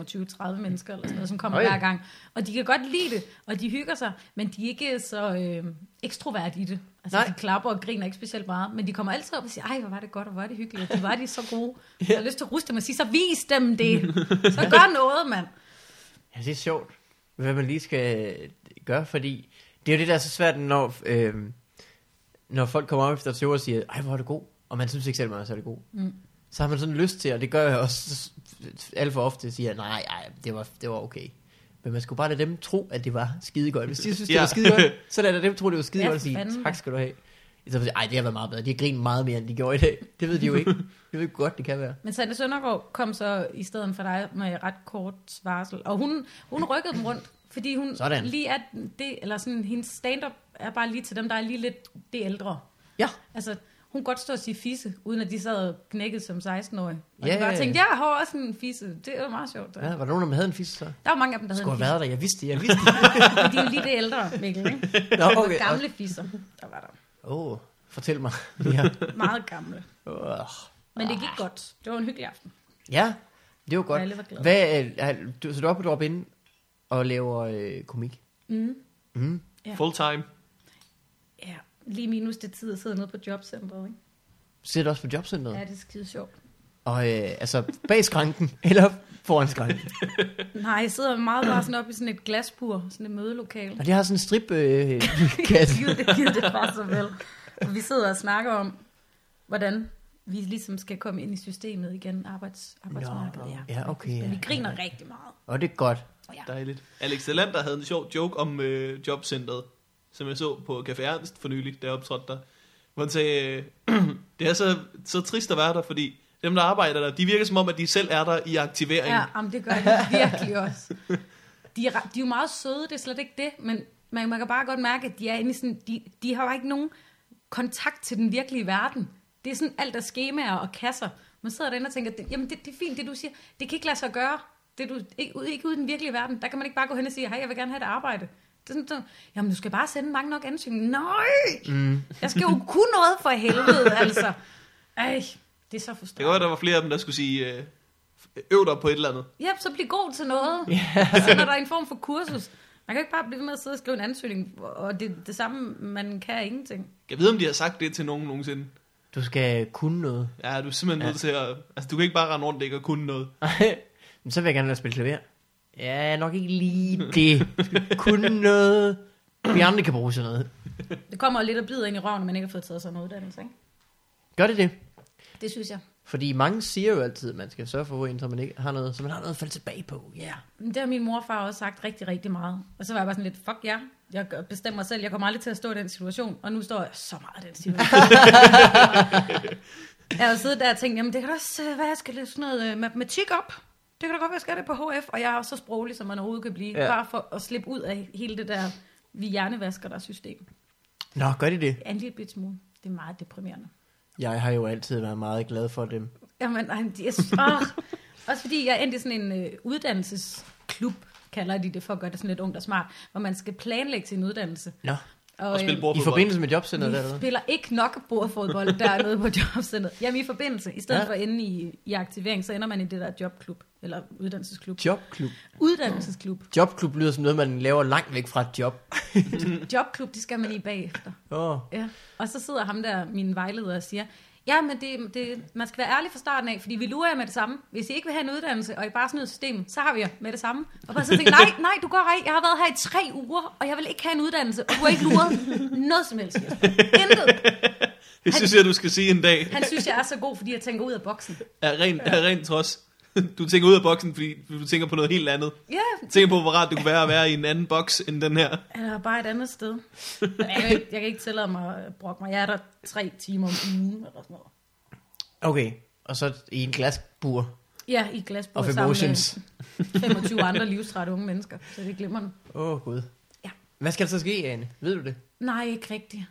Speaker 3: mennesker eller sådan noget, som kommer
Speaker 1: Oj.
Speaker 3: hver gang. Og de kan godt lide det, og de hygger sig, men de er ikke så øh, ekstrovert i det. Altså,
Speaker 1: Nej.
Speaker 3: de klapper og griner ikke specielt meget, men de kommer altid op og siger, ej, hvor var det godt, og hvor var det hyggeligt, og de var de så
Speaker 1: <laughs>
Speaker 3: gode. Yeah. Jeg har lyst til at ruste dem og sige, så vis dem det. Så gør noget, mand.
Speaker 1: Ja, det er sjovt, hvad man lige skal gøre, fordi det er jo det, der er så svært, når, øh, når folk kommer op efter et show og siger, ej, hvor er det god, og man synes ikke selv, man er særlig god.
Speaker 3: Mm.
Speaker 1: Så har man sådan lyst til, og det gør jeg også så- alt for ofte, siger jeg, nej, ej, det var, det var okay. Men man skulle bare lade dem tro, at det var skide godt. Hvis de synes, det
Speaker 2: Ja.
Speaker 1: var skide godt, så lad dem tro, det var skide
Speaker 3: Ja,
Speaker 1: godt
Speaker 3: for
Speaker 1: og sige,
Speaker 3: fanden.
Speaker 1: tak skal du have. I stedet for at sige, ej, det har været meget bedre. De har grinet meget mere, end de gjorde i
Speaker 3: <laughs>
Speaker 1: dag. Det ved de jo ikke. Det ved godt, det kan være.
Speaker 3: Men Sande Søndergaard kom så i stedet for dig med ret kort varsel, og hun, hun rykkede dem rundt, fordi hun
Speaker 1: Sådan.
Speaker 3: lige er det, eller sådan, hendes stand-up er bare lige til dem, der er lige lidt det ældre.
Speaker 1: Ja,
Speaker 3: Altså, hun kunne godt stå og sige fisse, uden at de sad og knækkede som 16-årige.
Speaker 1: Ja,
Speaker 3: Og ja,
Speaker 1: ja,
Speaker 3: de bare
Speaker 1: ja.
Speaker 3: tænkte, jeg har også en fisse. Det er jo meget sjovt.
Speaker 1: ja
Speaker 3: Ja.
Speaker 1: var der nogen, der havde en fisk, så?
Speaker 3: Der var mange af dem, der havde
Speaker 1: Skulle
Speaker 3: en
Speaker 1: have
Speaker 3: fisse,
Speaker 1: været der, jeg vidste det, jeg vidste det.
Speaker 3: men de er jo lige det ældre, Mikkel. Ikke? <laughs>
Speaker 1: Nå,
Speaker 3: Okay.
Speaker 1: <laughs> okay.
Speaker 3: Gamle fisser, der var der.
Speaker 1: Åh, oh, fortæl mig mere. <laughs>
Speaker 3: Meget gamle.
Speaker 1: Åh.
Speaker 3: Men det
Speaker 1: Ah.
Speaker 3: gik godt. Det var en hyggelig aften.
Speaker 1: ja, det var godt.
Speaker 3: Alle var glade.
Speaker 1: Hvad, øh, er, du, så du er oppe på drop ind og laver øh, komik?
Speaker 3: Mm.
Speaker 1: Mm.
Speaker 3: Ja.
Speaker 2: Full time.
Speaker 3: Ja. Lige minus det tid at sidde nede på jobcenteret. Ikke?
Speaker 1: Sidder du også på jobcenteret?
Speaker 3: Ja, det er skide sjovt.
Speaker 1: Og øh, altså bag skranken, <laughs> eller foran skranken.
Speaker 3: Nej, jeg sidder meget bare sådan op i sådan et glasbur, sådan et mødelokale.
Speaker 1: <laughs> Og det har sådan en strip øh,
Speaker 3: <laughs>
Speaker 1: kasse.
Speaker 3: Gud, det gider det bare så vel. Og vi sidder og snakker om, hvordan vi ligesom skal komme ind i systemet igen, arbejds, arbejdsmarkedet.
Speaker 1: Nå, ja, okay,
Speaker 3: Men
Speaker 1: ja,
Speaker 3: vi griner rigtig meget.
Speaker 1: Og det er godt.
Speaker 3: Ja.
Speaker 2: Dejligt. Alex Delander havde en sjov joke om øh, jobcentret, som jeg så på Café Ernst for nylig, da jeg optrådte der. Hvor han sagde, øh, <clears throat> det er så, så trist at være der, fordi dem, der arbejder der, de virker som om, at de selv er der i aktivering.
Speaker 3: Ja, jamen, det gør de virkelig også. De er, re- de er jo meget søde, det er slet ikke det, men man, man kan bare godt mærke, at de, er inde i sådan, de, de har jo ikke nogen kontakt til den virkelige verden. Det er sådan alt der skemaer og kasser. Man sidder derinde og tænker, det- jamen det, det er fint, det du siger, det kan ikke lade sig gøre. Det du, ikke, ude- ikke ude i den virkelige verden, der kan man ikke bare gå hen og sige, hej, jeg vil gerne have et arbejde. Det er sådan, sådan, jamen du skal bare sende mange nok ansøgninger. Nej! Mm. Jeg skal jo kunne noget for helvede, altså. Ej, det
Speaker 2: Det
Speaker 3: er så
Speaker 2: kan godt,
Speaker 3: frustrerende.
Speaker 2: at der var flere af dem, der skulle sige, øh, øv dig på et eller andet.
Speaker 3: Ja, så bliv god til noget. Yeah. Så når der er en form for kursus. Man kan jo ikke bare blive ved med at sidde og skrive en ansøgning, og det, det samme, man kan ingenting.
Speaker 2: Jeg ved, om de har sagt det til nogen nogensinde.
Speaker 1: Du skal kunne noget. <laughs>
Speaker 2: Ja, du er simpelthen ja. nødt til at... Altså, du kan ikke bare rende rundt og ikke at kunne noget.
Speaker 1: Men så vil jeg gerne lade spille klaver. Ja, nok ikke lige <laughs> det. Du skal kunne noget. Vi andre kan bruge sådan noget.
Speaker 3: Det kommer jo lidt og bider ind i røven, når man ikke har fået taget sådan en uddannelse, ikke?
Speaker 1: Gør det det?
Speaker 3: Det synes jeg.
Speaker 1: Fordi mange siger jo altid, at man skal sørge for en, så man ikke har noget, så man har noget at falde tilbage på. Ja. Yeah.
Speaker 3: Men Det har min morfar også sagt rigtig, rigtig meget. Og så var jeg bare sådan lidt, fuck ja, jeg gør- bestemmer mig selv, jeg kommer aldrig til at stå i den situation, og nu står jeg så meget i den situation. jeg har jo siddet der og tænkt, jamen det kan da også øh, være, jeg skal læse sådan noget øh, matematik op. Det kan da godt være, jeg skal det på HF, og jeg er også så sproglig, som man overhovedet kan blive,
Speaker 1: Ja.
Speaker 3: ja. bare for at slippe ud af hele det der, vi hjernevasker der system.
Speaker 1: Nå, gør de det?
Speaker 3: Ja, En lille bit smule. Det er meget deprimerende.
Speaker 1: Jeg har jo altid været meget glad for dem.
Speaker 3: Jamen, nej, jeg, oh. Også fordi jeg endte i sådan en øh, uddannelsesklub, kalder de det, for at gøre det sådan lidt ungt og smart, hvor man skal planlægge sin uddannelse.
Speaker 1: Nå.
Speaker 2: Og spille
Speaker 1: I
Speaker 2: bordfodbold.
Speaker 1: forbindelse med jobcenteret der,
Speaker 3: I
Speaker 1: eller hvad?
Speaker 3: spiller ikke nok bordfodbold dernede på <laughs> jobcenteret. Jamen i forbindelse. I stedet
Speaker 1: Ja.
Speaker 3: ja. for at ende i, i aktivering, så ender man i det der jobklub. Eller uddannelsesklub.
Speaker 1: Jobklub.
Speaker 3: Uddannelsesklub.
Speaker 1: Jobklub lyder som noget, man laver langt væk fra et job. Oh.
Speaker 3: Jobklub, det skal man i bagefter.
Speaker 1: Åh.
Speaker 3: Ja. Og så sidder ham der, min vejleder, og siger, ja, men det, det, man skal være ærlig fra starten af, fordi vi lurer jer med det samme. Hvis I ikke vil have en uddannelse, og I bare snyder systemet, så har vi jer med det samme. Og bare så tænker, nej, nej, du går rej. Jeg har været her i tre uger, og jeg vil ikke have en uddannelse, og du har ikke luret noget som helst. Jesper. Intet.
Speaker 2: Det synes jeg, du skal sige en dag.
Speaker 3: Han synes, jeg er så god, fordi jeg tænker ud af boksen.
Speaker 2: Er ren, er ren trods. Du tænker ud af boksen, fordi du tænker på noget helt andet.
Speaker 3: Ja,
Speaker 2: Tænker på, hvor rart det kunne være at være i en anden boks end den her.
Speaker 3: eller bare et andet sted. Jeg kan, ikke, jeg kan ikke tillade mig at brokke mig. Jeg er der tre timer om ugen eller sådan noget.
Speaker 1: Okay. Og så i en glasbur.
Speaker 3: Ja, i glasbord
Speaker 1: Of
Speaker 3: sammen
Speaker 1: emotions.
Speaker 3: med 25 andre livstrætte unge mennesker, så det glemmer den.
Speaker 1: Åh, oh, gud.
Speaker 3: Ja.
Speaker 1: Hvad skal der så ske, Anne? Ved du det?
Speaker 3: Nej, ikke rigtigt.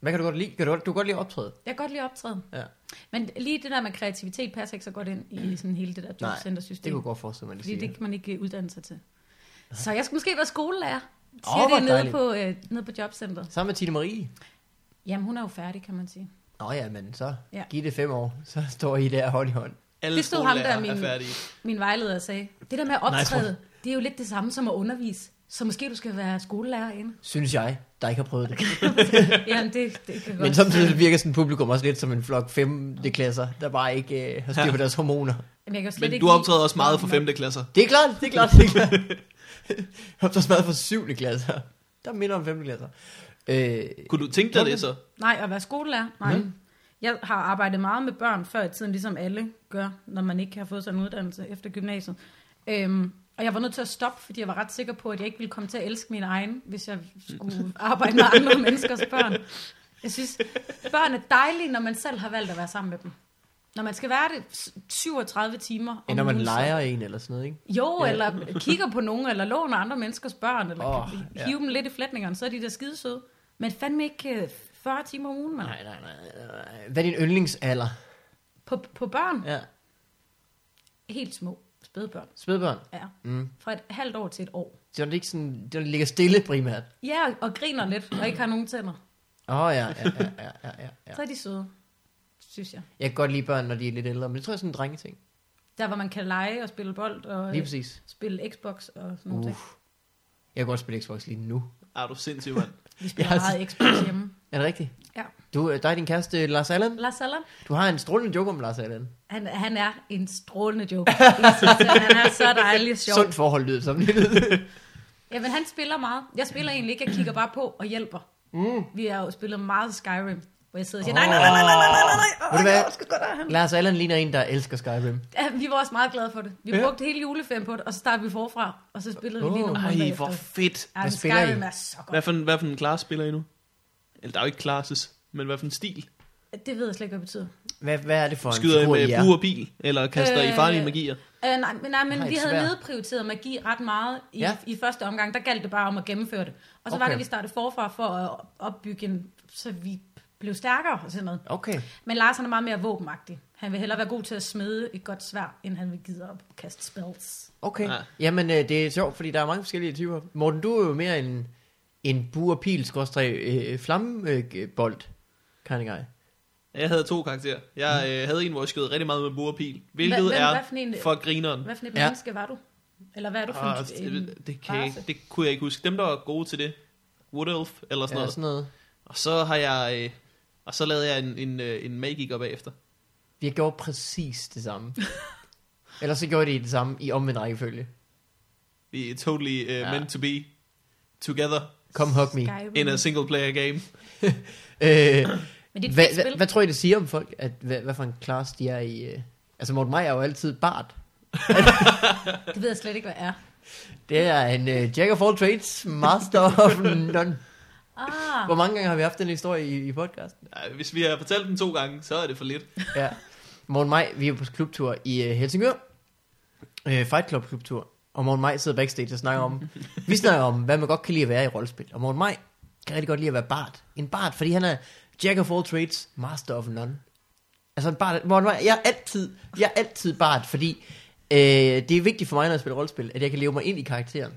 Speaker 1: Hvad kan du godt lide? Kan du, godt- du kan godt lide at optræde.
Speaker 3: Jeg kan godt lide optræde.
Speaker 1: Ja.
Speaker 3: Men lige det der med kreativitet passer ikke så godt ind i sådan hele det der
Speaker 1: det, det
Speaker 3: jobcentersystem.
Speaker 1: kunne jeg godt forestille mig, at de
Speaker 3: Fordi det
Speaker 1: siger.
Speaker 3: kan man ikke uddanne sig til. Så jeg skulle måske være skolelærer. Siger
Speaker 1: Åh,
Speaker 3: oh,
Speaker 1: hvor
Speaker 3: det nede
Speaker 1: dejligt.
Speaker 3: på, øh, nede på jobcenteret.
Speaker 1: Sammen med Tine Marie.
Speaker 3: Jamen, hun er jo færdig, kan man sige.
Speaker 1: Nå ja, men så
Speaker 3: Ja.
Speaker 1: giv det fem år. Så står I der hånd i hånd.
Speaker 2: alle
Speaker 3: Det stod ham der,
Speaker 2: skolelærer er
Speaker 3: min,
Speaker 2: færdige.
Speaker 3: min vejleder sagde. Det der med at
Speaker 2: Nej, jeg tror-
Speaker 3: optræde, det er jo lidt det samme som at undervise. Så måske du skal være skolelærer inde.
Speaker 1: Synes jeg, der ikke har prøvet det.
Speaker 3: Jamen, det, det kan
Speaker 1: Men
Speaker 3: godt.
Speaker 1: samtidig virker sådan publikum også lidt som en flok 5. klasser, der bare ikke øh, har styr på deres hormoner.
Speaker 3: Men, jeg kan jo slet
Speaker 2: Men
Speaker 3: ikke
Speaker 2: du
Speaker 3: lide-
Speaker 2: optræder også meget for 5. klasser.
Speaker 1: Det er klart, det er klart, det er klart. <laughs> Jeg har også været for 7. klasser. Der minder om 5. klasser. Øh,
Speaker 2: Kunne du tænke dig det så?
Speaker 3: Nej, at være skolelærer? Nej. Mm. Jeg har arbejdet meget med børn før i tiden, ligesom alle gør, når man ikke har fået sådan en uddannelse efter gymnasiet. Øhm, og jeg var nødt til at stoppe, fordi jeg var ret sikker på, at jeg ikke ville komme til at elske min egen, hvis jeg
Speaker 1: <laughs>
Speaker 3: skulle arbejde med andre menneskers børn. Jeg synes, børn er dejlige, når man selv har valgt at være sammen med dem. Når man skal være det s- 37 timer om
Speaker 1: når man
Speaker 3: ugen, så-
Speaker 1: leger en eller sådan noget, ikke?
Speaker 3: Jo,
Speaker 1: Ja.
Speaker 3: ja. eller kigger på nogen, eller låner andre menneskers børn, eller
Speaker 1: Åh,
Speaker 3: oh, hive
Speaker 1: ja.
Speaker 3: ja. dem lidt i flætningerne, så er de der skidesøde. Men fandme ikke øh, 40 timer om ugen, mand.
Speaker 1: Nej, nej, nej. nej. Øh, Hvad er din yndlingsalder?
Speaker 3: På, på børn?
Speaker 1: Ja.
Speaker 3: Helt små spædbørn.
Speaker 1: Spædbørn?
Speaker 3: Ja.
Speaker 1: Mm.
Speaker 3: Fra et halvt år til et år.
Speaker 1: Så er det ikke sådan, det ligger stille primært.
Speaker 3: Ja, og, og griner lidt, og ikke har nogen tænder.
Speaker 1: Åh, oh, ja, ja, ja, ja, ja, ja, ja.
Speaker 3: Så er de søde, synes jeg.
Speaker 1: Jeg kan godt lide børn, når de er lidt ældre, men det tror jeg er sådan en drengeting.
Speaker 3: Der, hvor man kan lege og spille bold, og
Speaker 1: Lige
Speaker 3: øh,
Speaker 1: præcis.
Speaker 3: spille Xbox og sådan noget.
Speaker 1: Uh. Jeg kan godt spille Xbox lige nu.
Speaker 2: Er Ah, du sindssyg, mand?
Speaker 3: Vi spiller
Speaker 1: Jeg har
Speaker 3: meget Xbox hjemme.
Speaker 1: Er det rigtigt?
Speaker 3: Ja.
Speaker 1: Du, øh, dig og din kæreste øh, Lars Allan,
Speaker 3: Lars Allan,
Speaker 1: du har en strålende joke om Lars Allan.
Speaker 3: han, han er en strålende
Speaker 1: <laughs>
Speaker 3: joke. Jeg synes, at han er så dejlig og sjov.
Speaker 1: Sundt forhold lyder det som lidt.
Speaker 3: Ja, men han spiller meget. Jeg spiller egentlig ikke, jeg kigger bare på og hjælper. Mm. Vi har jo spillet meget Skyrim, hvor jeg sidder og siger, nej, nej, nej, nej, nej, nej, nej, nej.
Speaker 1: Ved du hvad? Lars Allan ligner en, der elsker Skyrim.
Speaker 3: Ja, vi var også meget glade for det. Vi
Speaker 1: Ja.
Speaker 3: ja. brugte hele juleferien på det, og så startede vi forfra, og så spillede vi
Speaker 1: Åh.
Speaker 3: lige nogle måneder
Speaker 2: Ej,
Speaker 3: efter.
Speaker 2: hvor fedt.
Speaker 3: Ja,
Speaker 1: Hvad
Speaker 3: men
Speaker 1: spiller I?
Speaker 3: Skyrim er så
Speaker 2: Hvad
Speaker 3: godt.
Speaker 2: for en, hvad for en klasse spiller I nu? Eller der er jo ikke classes, men hvad for en stil?
Speaker 3: Det ved jeg slet ikke, hvad det betyder.
Speaker 1: Hvad, hvad er det for en
Speaker 2: Skyder I
Speaker 1: figur, I
Speaker 2: med
Speaker 1: er?
Speaker 2: bue og bil? Eller kaster I
Speaker 3: Øh,
Speaker 2: farlige magier?
Speaker 3: Øh, nej, men, nej, men
Speaker 1: Nej,
Speaker 3: vi havde
Speaker 1: svært.
Speaker 3: nedprioriteret magi ret meget i,
Speaker 1: Ja.
Speaker 3: ja. i første omgang. Der galt det bare om at gennemføre det. Og så okay. var
Speaker 1: Okay.
Speaker 3: det, at vi startede forfra for at opbygge en, så vi blev stærkere og sådan noget.
Speaker 1: Okay.
Speaker 3: Men Lars han er meget mere våbenagtig. Han vil hellere være god til at smede et godt svær, end han vil gide at kaste spells.
Speaker 1: Okay.
Speaker 2: Ja.
Speaker 1: Jamen, øh, det er sjovt, fordi der er mange forskellige typer. Morten, du er jo mere en, en bue og pil, skorstræk, øh, flammebold, øh, bold, kind of guy.
Speaker 2: Jeg havde to karakterer. Jeg øh, havde en, hvor jeg skød rigtig meget med bue og pil. Hvilket
Speaker 3: Hvem- hvem-
Speaker 2: er
Speaker 3: hvad for en-
Speaker 2: for grineren.
Speaker 3: Hvad for et
Speaker 1: Ja.
Speaker 3: ja. menneske var du? Eller hvad er du for
Speaker 2: Ah,
Speaker 3: en, en
Speaker 2: det, det, kan jeg,
Speaker 3: race?
Speaker 2: ikke- det kunne jeg ikke huske. Dem, der var gode til det. Woodolf eller sådan
Speaker 1: Ja,
Speaker 2: noget.
Speaker 1: sådan noget.
Speaker 2: Og så har jeg... Øh, og så lavede jeg en, en, øh, en magiker bagefter.
Speaker 1: Vi gjorde præcis det
Speaker 3: <laughs>
Speaker 1: samme. Ellers så gjorde de det samme i omvendt rækkefølge.
Speaker 2: Vi er totally uh,
Speaker 1: Ja.
Speaker 2: ja. meant to be together
Speaker 1: Kom, hug me.
Speaker 3: Skyrim.
Speaker 2: in a single player game.
Speaker 1: Øh,
Speaker 3: Men det er et
Speaker 1: hvad,
Speaker 3: fedt
Speaker 1: hvad,
Speaker 3: spil.
Speaker 1: hvad tror I, det siger om folk, at hvad, hvad for en klasse de er i? Øh? Altså, Morten Maj er jo altid bart.
Speaker 3: Det ved jeg slet ikke, hvad er.
Speaker 1: Det er en øh, jack of all trades, master of none.
Speaker 3: Ah,
Speaker 1: Hvor mange gange har vi haft den historie i, i podcasten?
Speaker 2: Ej, Hvis vi har fortalt den to gange, så er det for lidt.
Speaker 1: Ja. Morten Maj, vi er på klubtur i øh, Helsingør. Øh, Fight Club klubtur. Og Morten Maj sidder backstage og snakker
Speaker 3: <laughs>
Speaker 1: om, vi snakker om, hvad man godt kan lide at være i rollespil. Og Morten Maj kan rigtig godt lide at være bart. En bart, fordi han er jack of all trades, master of none. Altså en bart, Morten Maj, jeg er altid, jeg er altid bart, fordi øh, det er vigtigt for mig, når jeg spiller rollespil, at jeg kan leve mig ind i karakteren.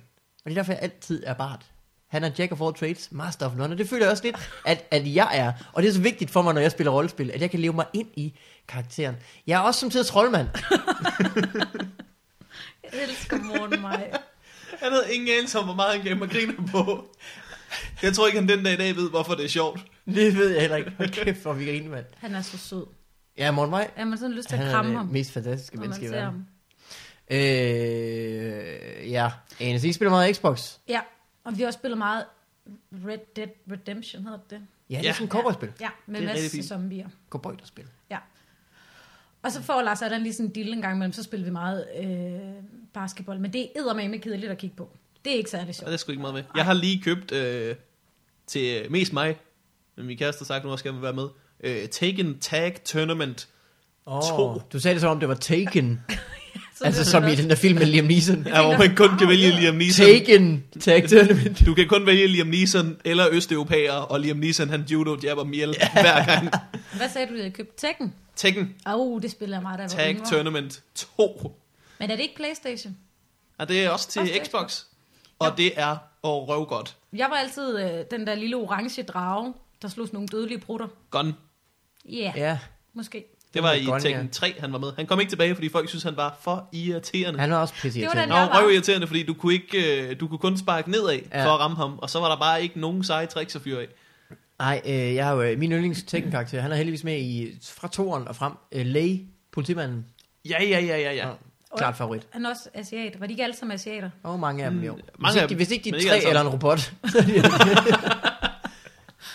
Speaker 1: Og det er derfor, jeg altid er bart. Han er jack of all trades, master of none, og det føler jeg også lidt, at, at jeg er. Og det er så vigtigt for mig, når jeg spiller rollespil, at jeg kan leve mig ind i karakteren. Jeg er også som tid troldmand. <laughs>
Speaker 3: jeg elsker morgen mig.
Speaker 2: Han havde ingen anelse om, hvor meget han gav mig griner på. Jeg tror ikke, han den dag i dag ved, hvorfor det er sjovt.
Speaker 1: Det ved jeg heller ikke. Hold kæft, hvor vi griner, mand.
Speaker 3: Han er så sød.
Speaker 1: Ja, Morten Maj,
Speaker 3: Jeg har sådan lyst til
Speaker 1: han
Speaker 3: at
Speaker 1: er
Speaker 3: kramme
Speaker 1: det
Speaker 3: ham,
Speaker 1: mest fantastiske
Speaker 3: når man
Speaker 1: menneske i
Speaker 3: ser
Speaker 1: verden.
Speaker 3: ham.
Speaker 1: Øh, ja. Anes, I spiller meget Xbox.
Speaker 3: Ja, og vi har også spillet meget Red Dead Redemption, hedder det det?
Speaker 1: Ja, det er
Speaker 2: Ja.
Speaker 1: sådan et cowboyspil.
Speaker 3: Ja, med
Speaker 2: Det er rigtig
Speaker 3: masser af
Speaker 2: fint.
Speaker 3: zombier.
Speaker 1: Cowboyspil.
Speaker 3: Ja. Og så får Lars Allan lige sådan en dille en gang imellem, så spiller vi meget øh, basketball. Men det er eddermame kedeligt at kigge på. Det er ikke særlig
Speaker 2: Og
Speaker 3: sjovt.
Speaker 2: det er sgu ikke meget med. Jeg har lige købt øh, til øh, mest mig, men min kæreste har sagt, at hun også gerne vil være med. Øh, Taken Tag Tournament.
Speaker 1: Åh,
Speaker 2: To.
Speaker 1: oh, du sagde det som om, det var
Speaker 3: <laughs>
Speaker 1: Taken.
Speaker 3: Så
Speaker 1: altså
Speaker 3: det er
Speaker 1: som i
Speaker 3: sådan
Speaker 1: den der film med Liam Neeson.
Speaker 2: Ja, hvor man kun kan vælge Liam Neeson.
Speaker 1: Taken. Tag Tournament.
Speaker 2: Du kan kun vælge Liam Neeson eller Østeuropæere, og Liam Neeson han judo jabber dem ihjel hver gang.
Speaker 3: noget. Hvad sagde du, jeg købte? Tekken?
Speaker 2: Tekken
Speaker 3: Åh, oh, det spiller jeg meget, da jeg var
Speaker 2: Tag
Speaker 3: yngre.
Speaker 2: Tournament 2.
Speaker 3: Men er det ikke Playstation?
Speaker 2: Og det er også til
Speaker 3: Også til
Speaker 2: Xbox. Og det er og røv godt.
Speaker 3: Jeg var altid øh, den der lille orange drage, der slog sådan nogle dødelige brutter.
Speaker 2: Gun.
Speaker 3: Ja, yeah,
Speaker 1: Ja.
Speaker 3: måske.
Speaker 2: Det var i
Speaker 1: Grønland.
Speaker 2: Tekken 3, han var med. Han kom ikke tilbage, fordi folk synes han var for irriterende.
Speaker 1: Han er også pisse
Speaker 3: Det var
Speaker 2: Han
Speaker 3: den-
Speaker 1: irriterende.
Speaker 2: var
Speaker 3: Jeg var-
Speaker 2: røvirriterende, fordi du kunne, ikke, øh, du kunne kun sparke nedad
Speaker 1: Ja.
Speaker 2: ja. for at ramme ham, og så var der bare ikke nogen seje tricks at fyre af.
Speaker 1: Nej, øh, jeg har jo, øh, min yndlings Tekken-karakter, han er heldigvis med i, fra toren og frem, øh, Lei, politimanden.
Speaker 2: Ja, ja, ja, ja, ja.
Speaker 1: Nå, Klart favorit.
Speaker 3: Han er også asiat. Var de ikke alle sammen asiater?
Speaker 1: Og mange af dem
Speaker 2: Mm,
Speaker 1: jo.
Speaker 2: mange
Speaker 1: Hvis
Speaker 2: af
Speaker 1: ikke, de,
Speaker 2: dem,
Speaker 1: hvis ikke de
Speaker 2: men
Speaker 1: er
Speaker 2: ikke alle
Speaker 1: tre eller
Speaker 2: sammen.
Speaker 1: en
Speaker 2: <laughs>
Speaker 1: robot.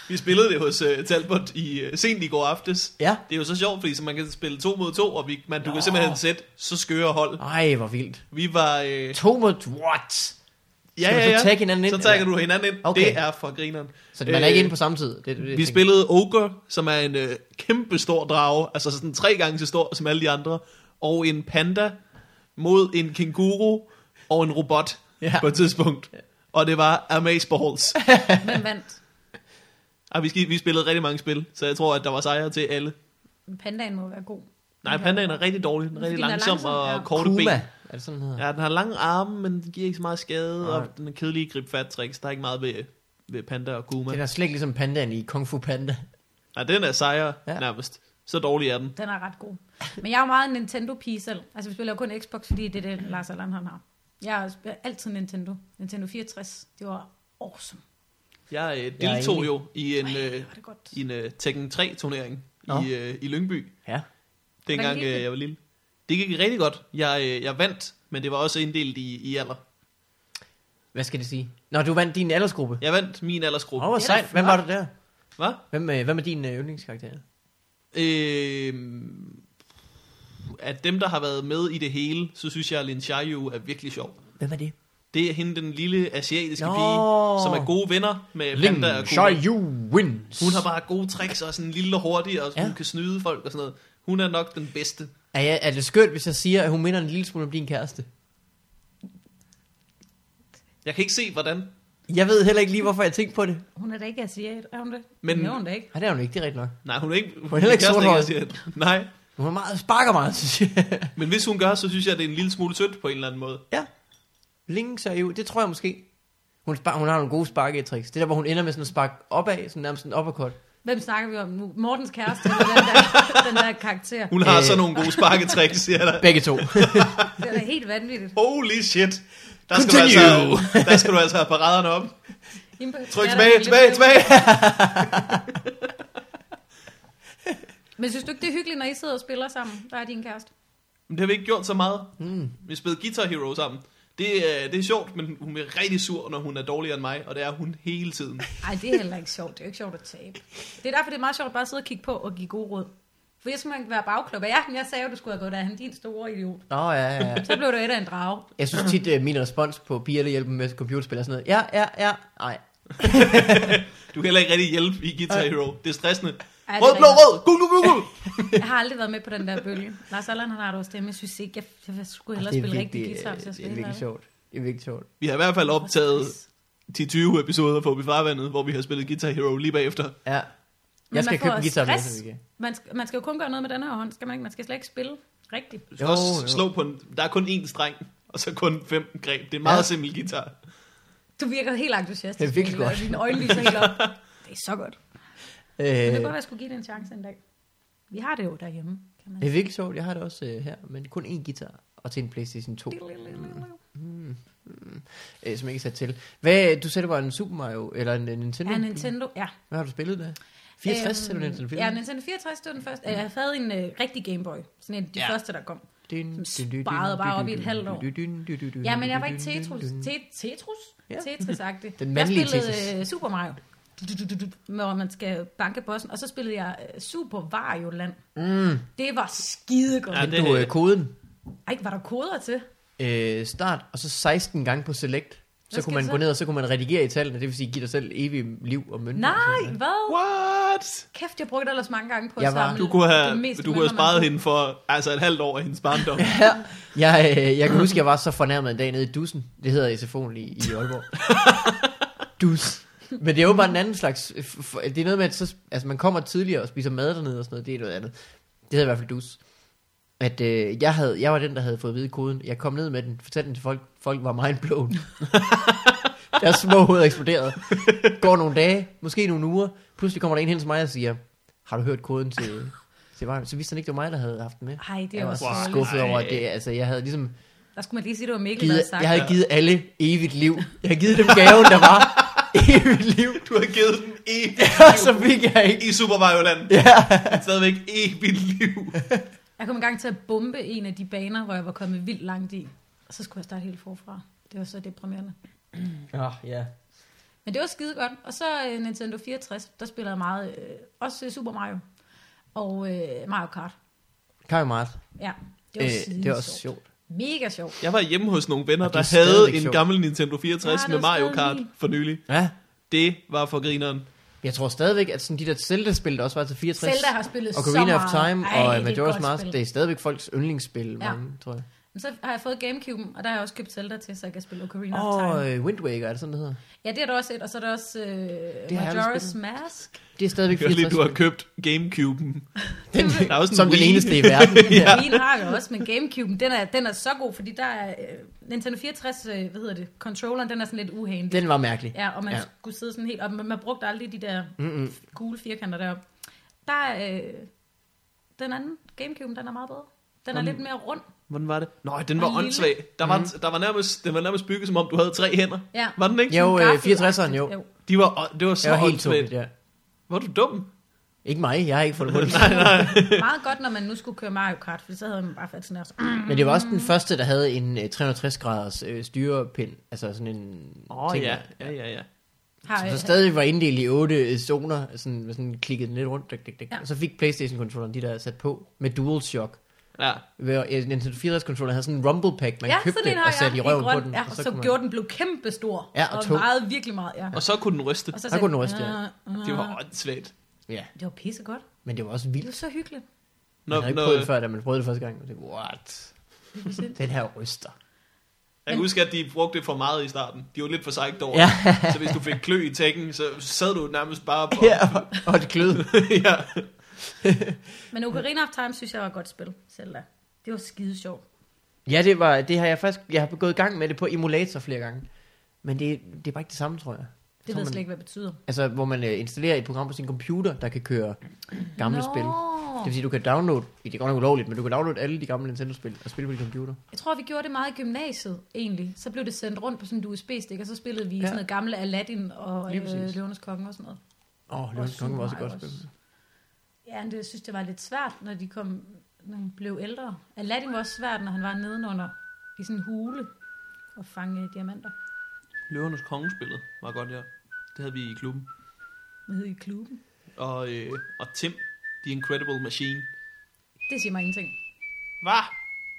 Speaker 2: Vi spillede det hos uh, Talbot i, uh, sent i går aftes.
Speaker 1: ja.
Speaker 2: Det er jo så sjovt, fordi så man kan spille to mod to, og vi, man, du kan simpelthen sætte så skøre hold.
Speaker 1: Ej, hvor vildt.
Speaker 2: Vi var... Øh,
Speaker 1: To mod what?
Speaker 2: ja,
Speaker 1: du så
Speaker 2: ja, ja.
Speaker 1: tagge hinanden ind,
Speaker 2: Så tagger
Speaker 1: eller?
Speaker 2: du hinanden ind.
Speaker 1: Okay.
Speaker 2: Okay. Det er for grineren.
Speaker 1: Så man er ikke
Speaker 2: Øh,
Speaker 1: inde på samme tid. Det, det, det,
Speaker 2: Vi spillede Ogre, som er en øh, kæmpe stor drage, altså sådan tre gange så stor som alle de andre, og en panda mod en kænguru og en robot
Speaker 1: Ja.
Speaker 2: ja. på et tidspunkt. Og det var
Speaker 1: <laughs>
Speaker 2: Amazeballs.
Speaker 3: Hvem vandt?
Speaker 2: Ej, vi, skil- vi spillede rigtig mange spil, så jeg tror, at der var sejre til alle.
Speaker 3: Pandaen må være god.
Speaker 2: Nej, pandaen er rigtig dårlig. Den er rigtig
Speaker 3: den er
Speaker 2: langsom,
Speaker 3: langsom,
Speaker 2: og
Speaker 3: ja.
Speaker 2: korte ben.
Speaker 1: Kuma. Er det sådan, den hedder?
Speaker 2: Ja, den har lange arme, men den giver ikke så meget skade,
Speaker 1: Nej.
Speaker 2: og den er kedelig i grip fat tricks. Der er ikke meget ved, ved panda og kuma.
Speaker 1: Den
Speaker 2: Den
Speaker 1: er slet ikke ligesom pandaen i Kung Fu Panda.
Speaker 2: Nej, den er sejre
Speaker 1: Ja.
Speaker 2: ja. nærmest. Så dårlig er den.
Speaker 3: Den er ret god. Men jeg er jo meget en Nintendo-pige selv. Altså, vi spiller jo kun Xbox, fordi det er det, Lars Allan han har. Jeg spiller altid Nintendo. Nintendo 64. Det var awesome.
Speaker 2: Jeg øh,
Speaker 1: Jeg er
Speaker 2: deltog
Speaker 1: enig.
Speaker 2: jo i en,
Speaker 3: Ej,
Speaker 2: øh,
Speaker 3: hvor er det godt.
Speaker 2: i en øh, Tekken 3-turnering
Speaker 1: Nå.
Speaker 2: i, øh, i Lyngby,
Speaker 1: Ja.
Speaker 2: dengang
Speaker 3: gik det?
Speaker 2: øh, jeg var lille. Det gik rigtig godt. Jeg, øh, jeg vandt, men det var også inddelt i, i alder.
Speaker 1: Hvad skal det sige? Nå, du vandt din aldersgruppe.
Speaker 2: Jeg vandt min aldersgruppe.
Speaker 1: Åh, hvor
Speaker 3: Det er da
Speaker 1: sejt. Hvem var
Speaker 3: flot.
Speaker 1: du der?
Speaker 2: Hvad?
Speaker 1: Hvem, øh, hvem er din øh, yndlingskarakter?
Speaker 2: Øh, af dem, der har været med i det hele, så synes jeg, at Lin Xiaoyu er virkelig sjov.
Speaker 1: Hvem er det?
Speaker 2: Det er hende, den lille asiatiske
Speaker 1: Nå.
Speaker 2: Nå. pige, som er gode venner med Lin Panda og Kuma.
Speaker 1: Xiaoyu wins.
Speaker 2: Hun har bare gode tricks og er sådan lille og hurtig, og
Speaker 1: Ja.
Speaker 2: ja. hun kan snyde folk og sådan noget. Hun er nok den bedste.
Speaker 1: Er, jeg, er det skønt, hvis jeg siger, at hun minder en lille smule om din kæreste?
Speaker 2: Jeg kan ikke se, hvordan.
Speaker 1: Jeg ved heller ikke lige, hvorfor jeg tænkte på det.
Speaker 3: Hun er da ikke asiat, er hun det?
Speaker 2: Men-
Speaker 3: det er hun da ikke.
Speaker 1: Nej, det er hun ikke. Det er rigtigt nok.
Speaker 2: Nej, hun er ikke... Hun
Speaker 1: er heller ikke
Speaker 2: kæreste
Speaker 1: sorthåret.
Speaker 2: asiat. Nej,
Speaker 1: Hun er meget, sparker meget, synes jeg.
Speaker 2: men hvis hun gør, så synes jeg, det er en lille smule sødt på en eller anden måde.
Speaker 1: <laughs> ja. Link ser jo, det tror jeg måske. Hun, spar, hun har nogle gode sparketricks. Det der, hvor hun ender med sådan at spark opad, sådan nærmest en uppercut.
Speaker 3: Hvem snakker vi om nu? Mortens kæreste, eller den der, den der karakter.
Speaker 2: Hun har
Speaker 1: Øh.
Speaker 2: øh. sådan nogle gode sparketricks, siger jeg dig.
Speaker 1: Begge to.
Speaker 3: Det er da helt vanvittigt.
Speaker 2: Holy shit. Der skal, du altså,
Speaker 1: Continue.
Speaker 2: der skal du altså have paraderne op.
Speaker 3: Imp-
Speaker 2: Tryk
Speaker 3: Ja, der er
Speaker 2: tilbage, tilbage,
Speaker 3: lidt-
Speaker 2: tilbage.
Speaker 3: Men synes du ikke, det er hyggeligt, når I sidder og spiller sammen? Der er din kæreste.
Speaker 2: Men det har vi ikke gjort så meget.
Speaker 1: mm.
Speaker 2: Vi spillede Guitar Hero sammen. Det, øh, det er sjovt, men hun bliver rigtig sur, når hun er dårligere end mig, og det er hun hele tiden.
Speaker 3: Nej, det er heller ikke sjovt. Det er jo ikke sjovt at tabe. Det er derfor, det er meget sjovt bare at sidde og kigge på og give gode råd. For jeg skal man være bagklubber. Ja, men jeg sagde jo, du skulle have gået derhen, din store idiot.
Speaker 1: Nå, ja, ja, ja.
Speaker 3: Så blev du et af en drage.
Speaker 1: Jeg synes tit, at min respons på piger, der hjælper med computerspil og sådan noget. Ja, ja, ja. Nej.
Speaker 2: Du kan heller ikke rigtig hjælpe i Guitar
Speaker 1: Ej.
Speaker 2: Hero. Det er stressende.
Speaker 3: Ej, det er
Speaker 2: Rød, blå,
Speaker 3: rigtigt.
Speaker 2: rød! Gul, gul, gul, gul!
Speaker 3: Altså, Jeg har aldrig været med på den der bølge. Lars Allan han har det også det, men jeg synes ikke, jeg, jeg skulle hellere spille rigtig guitar, hvis
Speaker 1: det
Speaker 3: jeg
Speaker 1: er
Speaker 3: spiller.
Speaker 1: virkelig
Speaker 3: Det
Speaker 1: sjovt. Det er virkelig sjovt.
Speaker 2: Vi har i hvert fald optaget 10-20 episoder på Bifarvandet, hvor vi har spillet Guitar Hero lige bagefter.
Speaker 1: Ja.
Speaker 3: Men
Speaker 1: Jeg
Speaker 3: man
Speaker 1: skal
Speaker 3: får
Speaker 1: købe en guitar med,
Speaker 3: stress.
Speaker 1: så vi kan.
Speaker 3: Man skal, man skal jo kun gøre noget med den her hånd, skal man ikke? Man skal slet ikke spille rigtigt.
Speaker 2: Du skal
Speaker 1: Jo,
Speaker 2: jo, også
Speaker 1: jo.
Speaker 2: jo. slå på en, Der er kun én streng, og så kun fem greb. Det er en meget
Speaker 1: Ja.
Speaker 2: ja. simpel guitar.
Speaker 3: Du virker helt entusiastisk.
Speaker 1: Det er virkelig
Speaker 3: Mikkel, og
Speaker 1: godt.
Speaker 3: Dine øjne lyser helt
Speaker 1: <laughs>
Speaker 3: op. Det er så godt. Men det
Speaker 1: Øh,
Speaker 3: kunne godt, at jeg skulle give det en chance en dag. Vi har det jo derhjemme, kan man
Speaker 1: det er virkelig sjovt. Jeg har det også øh, her, men kun én guitar. Og til en Playstation 2, øh, som jeg ikke er sat til. Hvad, du sagde, det var en Super Mario, eller en, en Nintendo?
Speaker 3: Ja, Nintendo, ja.
Speaker 1: Hvad har du spillet der? 64 øhm, eller Nintendo 64?
Speaker 3: Ja, Nintendo 64, det var den første. Jeg havde en øh, rigtig Game Boy. Sådan en af de
Speaker 2: Ja.
Speaker 3: første, der kom.
Speaker 1: Din,
Speaker 3: Som sparede bare op i et halvt år. Ja, men jeg var ikke Tetris. Te- Tetris?
Speaker 1: Ja.
Speaker 3: Ja. Tetris-agtig.
Speaker 1: <laughs> Den mandlige
Speaker 3: jeg spillede
Speaker 1: Tetris.
Speaker 3: øh, Super Mario. Du, du, du, du, du, Hvor man skal banke bossen. Og så spillede jeg øh, Super Wario Land.
Speaker 1: Mm,
Speaker 3: Det var skidegodt.
Speaker 2: Ja,
Speaker 1: ja,
Speaker 2: det-
Speaker 1: du øh, koden?
Speaker 3: Ej, var der koder til?
Speaker 1: Øh, start, og så 16 gange på select. Så kunne
Speaker 3: Hvad skal
Speaker 1: man
Speaker 3: det
Speaker 1: gå
Speaker 3: så?
Speaker 1: ned, og så kunne man redigere i tallene. Det vil sige, give dig selv evig liv og mønter. og
Speaker 3: Nej,
Speaker 1: sådan noget.
Speaker 3: hvad?
Speaker 2: What?
Speaker 3: Kæft, jeg brugte ellers mange gange på
Speaker 1: Jeg
Speaker 3: at
Speaker 1: var-
Speaker 3: samle
Speaker 2: Du kunne
Speaker 3: det
Speaker 2: have,
Speaker 3: meste
Speaker 2: du kunne
Speaker 3: møller,
Speaker 2: have
Speaker 3: man
Speaker 2: sparet
Speaker 3: kunne.
Speaker 2: hende for altså et halvt år af hendes barndom.
Speaker 1: Jeg, øh, jeg kan huske, jeg var så fornærmet en dag nede i Dussen. Det hedder SFO'en i, i Aalborg. Dus. Men det er jo bare en anden slags... øh, f- f- Det er noget med, at så, altså, man kommer tidligere og spiser mad dernede og sådan noget. Det er noget andet. Det hedder i hvert fald dus. At øh, jeg, havde, jeg var den, der havde fået at vide koden. Jeg kom ned med den, fortalte den til folk. Folk var meget blown. Deres små hoveder eksploderede. Går nogle dage, måske nogle uger. Pludselig kommer der en hen til mig og siger, har du hørt koden til, Så, det var, så vidste han ikke, det var mig, der havde haft den med.
Speaker 3: Ej, det er
Speaker 1: jeg var
Speaker 3: også
Speaker 1: så
Speaker 2: dårligt.
Speaker 1: skuffet over
Speaker 2: Ej.
Speaker 1: det. Altså, jeg havde ligesom
Speaker 3: Der skulle man lige sige, det var Mikkel,
Speaker 1: givet,
Speaker 3: der havde sagt.
Speaker 1: jeg havde
Speaker 2: det.
Speaker 1: givet alle evigt liv. Jeg havde givet dem gaven, der var evigt liv. <laughs>
Speaker 2: Du har givet den evigt
Speaker 1: Og så
Speaker 2: liv
Speaker 1: fik jeg ikke.
Speaker 2: i Super Mario Land.
Speaker 1: Ja.
Speaker 2: Men stadigvæk evigt liv.
Speaker 3: Jeg kom engang til at bombe en af de baner, hvor jeg var kommet vildt langt i. Og så skulle jeg starte helt forfra. Det var så deprimerende.
Speaker 1: Oh, ja.
Speaker 3: Men det var skide godt. Og så øh, Nintendo 64, der spiller jeg meget, øh, også Super Mario. Og øh, Mario Kart.
Speaker 1: Kajo Mart.
Speaker 3: Ja, det var,
Speaker 1: Øh,
Speaker 3: skide
Speaker 1: det var også
Speaker 3: sjovt.
Speaker 1: sjovt.
Speaker 3: Mega sjovt.
Speaker 2: Jeg var hjemme hos nogle venner,
Speaker 1: Og det er
Speaker 2: der havde
Speaker 1: stadigvæk
Speaker 2: en
Speaker 1: sjovt.
Speaker 2: gammel Nintendo 64
Speaker 3: Ja, det
Speaker 2: med
Speaker 3: er
Speaker 2: Mario
Speaker 3: stadig
Speaker 2: Kart
Speaker 3: lige.
Speaker 2: for nylig.
Speaker 1: Ja.
Speaker 2: Det var for grineren.
Speaker 1: Jeg tror stadigvæk, at sådan de der Zelda-spil, der også var til 64.
Speaker 3: Zelda har spillet
Speaker 1: og
Speaker 3: så
Speaker 1: Ocarina
Speaker 3: meget.
Speaker 1: of Time
Speaker 3: Ej,
Speaker 1: og
Speaker 3: det er et
Speaker 1: Majora's
Speaker 3: godt
Speaker 1: Mask,
Speaker 3: spil.
Speaker 1: det er stadigvæk folks yndlingsspil,
Speaker 3: Ja.
Speaker 1: mange, tror jeg.
Speaker 3: Men så har jeg fået Gamecube'en, og der har jeg også købt Zelda til, så jeg kan spille Ocarina oh, of
Speaker 1: Og
Speaker 3: Time.
Speaker 1: øh, Wind Waker, er det sådan, det hedder?
Speaker 3: Ja, det er der også et, og så er der også øh,
Speaker 1: Det har jeg aldrig
Speaker 3: Majora's
Speaker 1: spillet.
Speaker 3: Mask.
Speaker 1: Det er stadigvæk
Speaker 2: Hør lige,
Speaker 1: 64.
Speaker 2: du har købt Gamecube'en.
Speaker 1: <laughs> den, <laughs>
Speaker 2: Der er også en
Speaker 1: som den
Speaker 2: Wii.
Speaker 1: eneste i verden.
Speaker 2: <laughs>
Speaker 3: Ja. Wien har jeg også, men Gamecube'en, den er, den er så god, fordi der er øh, Nintendo 64, øh, hvad hedder det, controlleren, den er sådan lidt uhandig.
Speaker 1: Den var mærkelig.
Speaker 3: Ja, og man
Speaker 1: Ja.
Speaker 3: ja. skulle sidde sådan helt op. Man, man brugte aldrig de der mm gule firkanter deroppe. Der er, øh, den anden Gamecube, den er meget bedre. Den er
Speaker 2: Om-
Speaker 3: lidt mere rund.
Speaker 2: Hvordan var det? Nå, den var
Speaker 3: Og lille.
Speaker 2: åndssvag. Der var,
Speaker 1: Mhm.
Speaker 2: der var nærmest, den var nærmest bygget, som om du havde tre hænder.
Speaker 3: Ja.
Speaker 2: Var den ikke?
Speaker 1: Jo,
Speaker 3: Sådan
Speaker 1: øh,
Speaker 3: gaffelagtigt.
Speaker 1: 64'eren, jo.
Speaker 2: De var, ånd- det var så
Speaker 1: Jeg var helt
Speaker 2: åndssvagt.
Speaker 1: tåbigt, ja.
Speaker 2: Var du dum?
Speaker 1: Ikke mig, jeg har ikke fået
Speaker 2: <laughs>
Speaker 1: det på det.
Speaker 3: Meget godt, når man nu skulle køre Mario Kart, for så havde man bare fat sådan her. Så,
Speaker 1: Men det var
Speaker 3: Mm.
Speaker 1: også den første, der havde en øh, 360-graders øh, styrepind. Altså sådan en
Speaker 2: Åh oh,
Speaker 1: ting,
Speaker 2: ja,
Speaker 1: der-
Speaker 2: ja, ja, ja.
Speaker 3: <clears throat> har, øh,
Speaker 1: Som så stadig var inddelt i otte øh, zoner, sådan, med sådan klikket den lidt rundt. Dik, dik, dik.
Speaker 3: Ja.
Speaker 1: Ja. Og så fik Playstation-controlleren de der sat på med DualShock.
Speaker 2: ja.
Speaker 1: Hvor, øh, Nintendo 64-controlleren havde sådan en rumble pack, man
Speaker 3: ja, sådan en
Speaker 1: købte
Speaker 3: har
Speaker 1: og
Speaker 3: jeg
Speaker 1: satte i røven
Speaker 3: grøn.
Speaker 1: på den.
Speaker 3: Ja, og så,
Speaker 1: kunne man-
Speaker 3: gjorde den blev kæmpestor.
Speaker 1: Ja, og
Speaker 3: og
Speaker 1: tung.
Speaker 3: meget, virkelig meget, ja.
Speaker 2: Og så kunne den ryste.
Speaker 3: Og
Speaker 1: Der kunne den ryste, ja.
Speaker 3: ja.
Speaker 2: Det
Speaker 1: Ah.
Speaker 2: var åndssvagt.
Speaker 1: Ja,
Speaker 3: det var pissegodt.
Speaker 1: men det var også
Speaker 3: Det var
Speaker 1: vildt.
Speaker 3: så hyggeligt.
Speaker 1: Man havde ikke prøvet det før, da man prøvede det første gang. Man tænkte, what? Den her ryster.
Speaker 2: Jeg kan huske, at de brugte det for meget i starten. De var lidt for sejt over.
Speaker 1: Ja. <laughs>
Speaker 2: det. Så hvis du fik klø i tækken, så sad du nærmest bare på.
Speaker 1: Ja, og- og et <laughs> glød.
Speaker 2: ja.
Speaker 3: Men Ocarina of Time synes jeg var et godt spil, Zelda. Det var skide sjovt.
Speaker 1: Ja, det, var, det har jeg faktisk... Jeg har gået i gang med det på emulator flere gange. Men det, det er bare ikke det samme, tror jeg.
Speaker 3: Det
Speaker 1: Tror
Speaker 3: ved jeg
Speaker 1: man-
Speaker 3: slet ikke, hvad det betyder.
Speaker 1: Altså, hvor man øh, installerer et program på sin computer, der kan køre gamle
Speaker 3: Nå.
Speaker 1: spil. Det vil sige, du kan downloade, det er godt nok ulovligt, men du kan downloade alle de gamle Nintendo-spil og spille på din computer.
Speaker 3: Jeg tror, vi gjorde det meget i gymnasiet, egentlig. Så blev det sendt rundt på sådan en USB-stik, og så spillede vi ja.
Speaker 1: Ja.
Speaker 3: sådan noget gamle Aladdin og
Speaker 1: Lige
Speaker 3: øh,
Speaker 1: præcis.
Speaker 3: Løvenes Konge og sådan noget.
Speaker 1: Åh, oh, Løvens Konge var også et
Speaker 3: Super
Speaker 1: godt spil.
Speaker 3: Mario også. Ja, men det, jeg synes, det var lidt svært, når de kom, når de blev ældre. Aladdin var også svært, når han var nedenunder i sådan en hule og fange diamanter
Speaker 2: Løvernes kongespillet var godt, ja. Det havde vi i klubben.
Speaker 3: nede i klubben.
Speaker 2: Og, øh, og Tim, The Incredible Machine.
Speaker 3: Det siger mig ingenting.
Speaker 2: Hvad?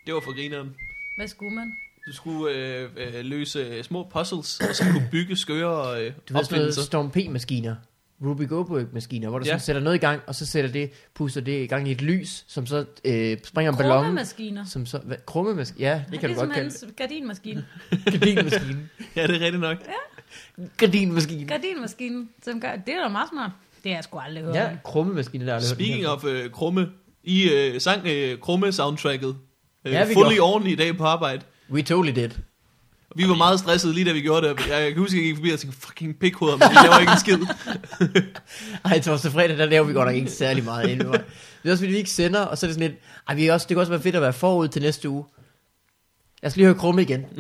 Speaker 2: Det var for grineren.
Speaker 3: Hvad skulle man?
Speaker 2: Du skulle øh, øh, løse små puzzles, og så kunne bygge skøre øh,
Speaker 1: Du ved sådan noget
Speaker 2: opfindelser.
Speaker 1: Storm P-maskiner, Ruby Goldberg-maskiner, hvor du
Speaker 2: Ja.
Speaker 1: ja. sådan sætter noget i gang, og så sætter det, puster det i gang i et lys, som så øh, springer en ballon.
Speaker 3: Krummemaskiner.
Speaker 1: Som så, hvad, krummemaskine? Ja, det kan
Speaker 3: det
Speaker 1: du
Speaker 3: er
Speaker 1: godt kalde
Speaker 3: hans gardinmaskine.
Speaker 1: det.
Speaker 3: <laughs>
Speaker 1: Gardinmaskinen.
Speaker 2: Ja, det er rigtigt nok.
Speaker 1: Gardinmaskinen.
Speaker 3: Gardinmaskinen, som gør... Det er da meget smart. Det har jeg sgu aldrig hørt.
Speaker 1: Ja,
Speaker 3: Ja.
Speaker 1: krummemaskinen, der har jeg aldrig hørt den
Speaker 2: Speaking
Speaker 1: her.
Speaker 2: of øh, Krumme, I øh, sang øh, Krumme-soundtracket øh,
Speaker 1: Ja,
Speaker 2: ja,
Speaker 1: vi
Speaker 2: fuldt i
Speaker 1: gjorde.
Speaker 2: orden i dag på arbejde.
Speaker 1: We totally did.
Speaker 2: Vi var meget stressede lige da vi gjorde det. og Jeg kan huske, at jeg gik forbi og tænkte, fucking pikhoveder, men jeg var ikke en skid.
Speaker 1: Ej, torsdag og fredag, der laver vi godt nok ikke særlig meget
Speaker 3: <laughs>
Speaker 1: endnu. Det er også fordi, vi ikke sender, og så er det sådan lidt, ej, vi er også, det kan også være fedt at være forud til næste uge. Lad os lige høre krumme
Speaker 3: <laughs>
Speaker 1: igen.
Speaker 3: Det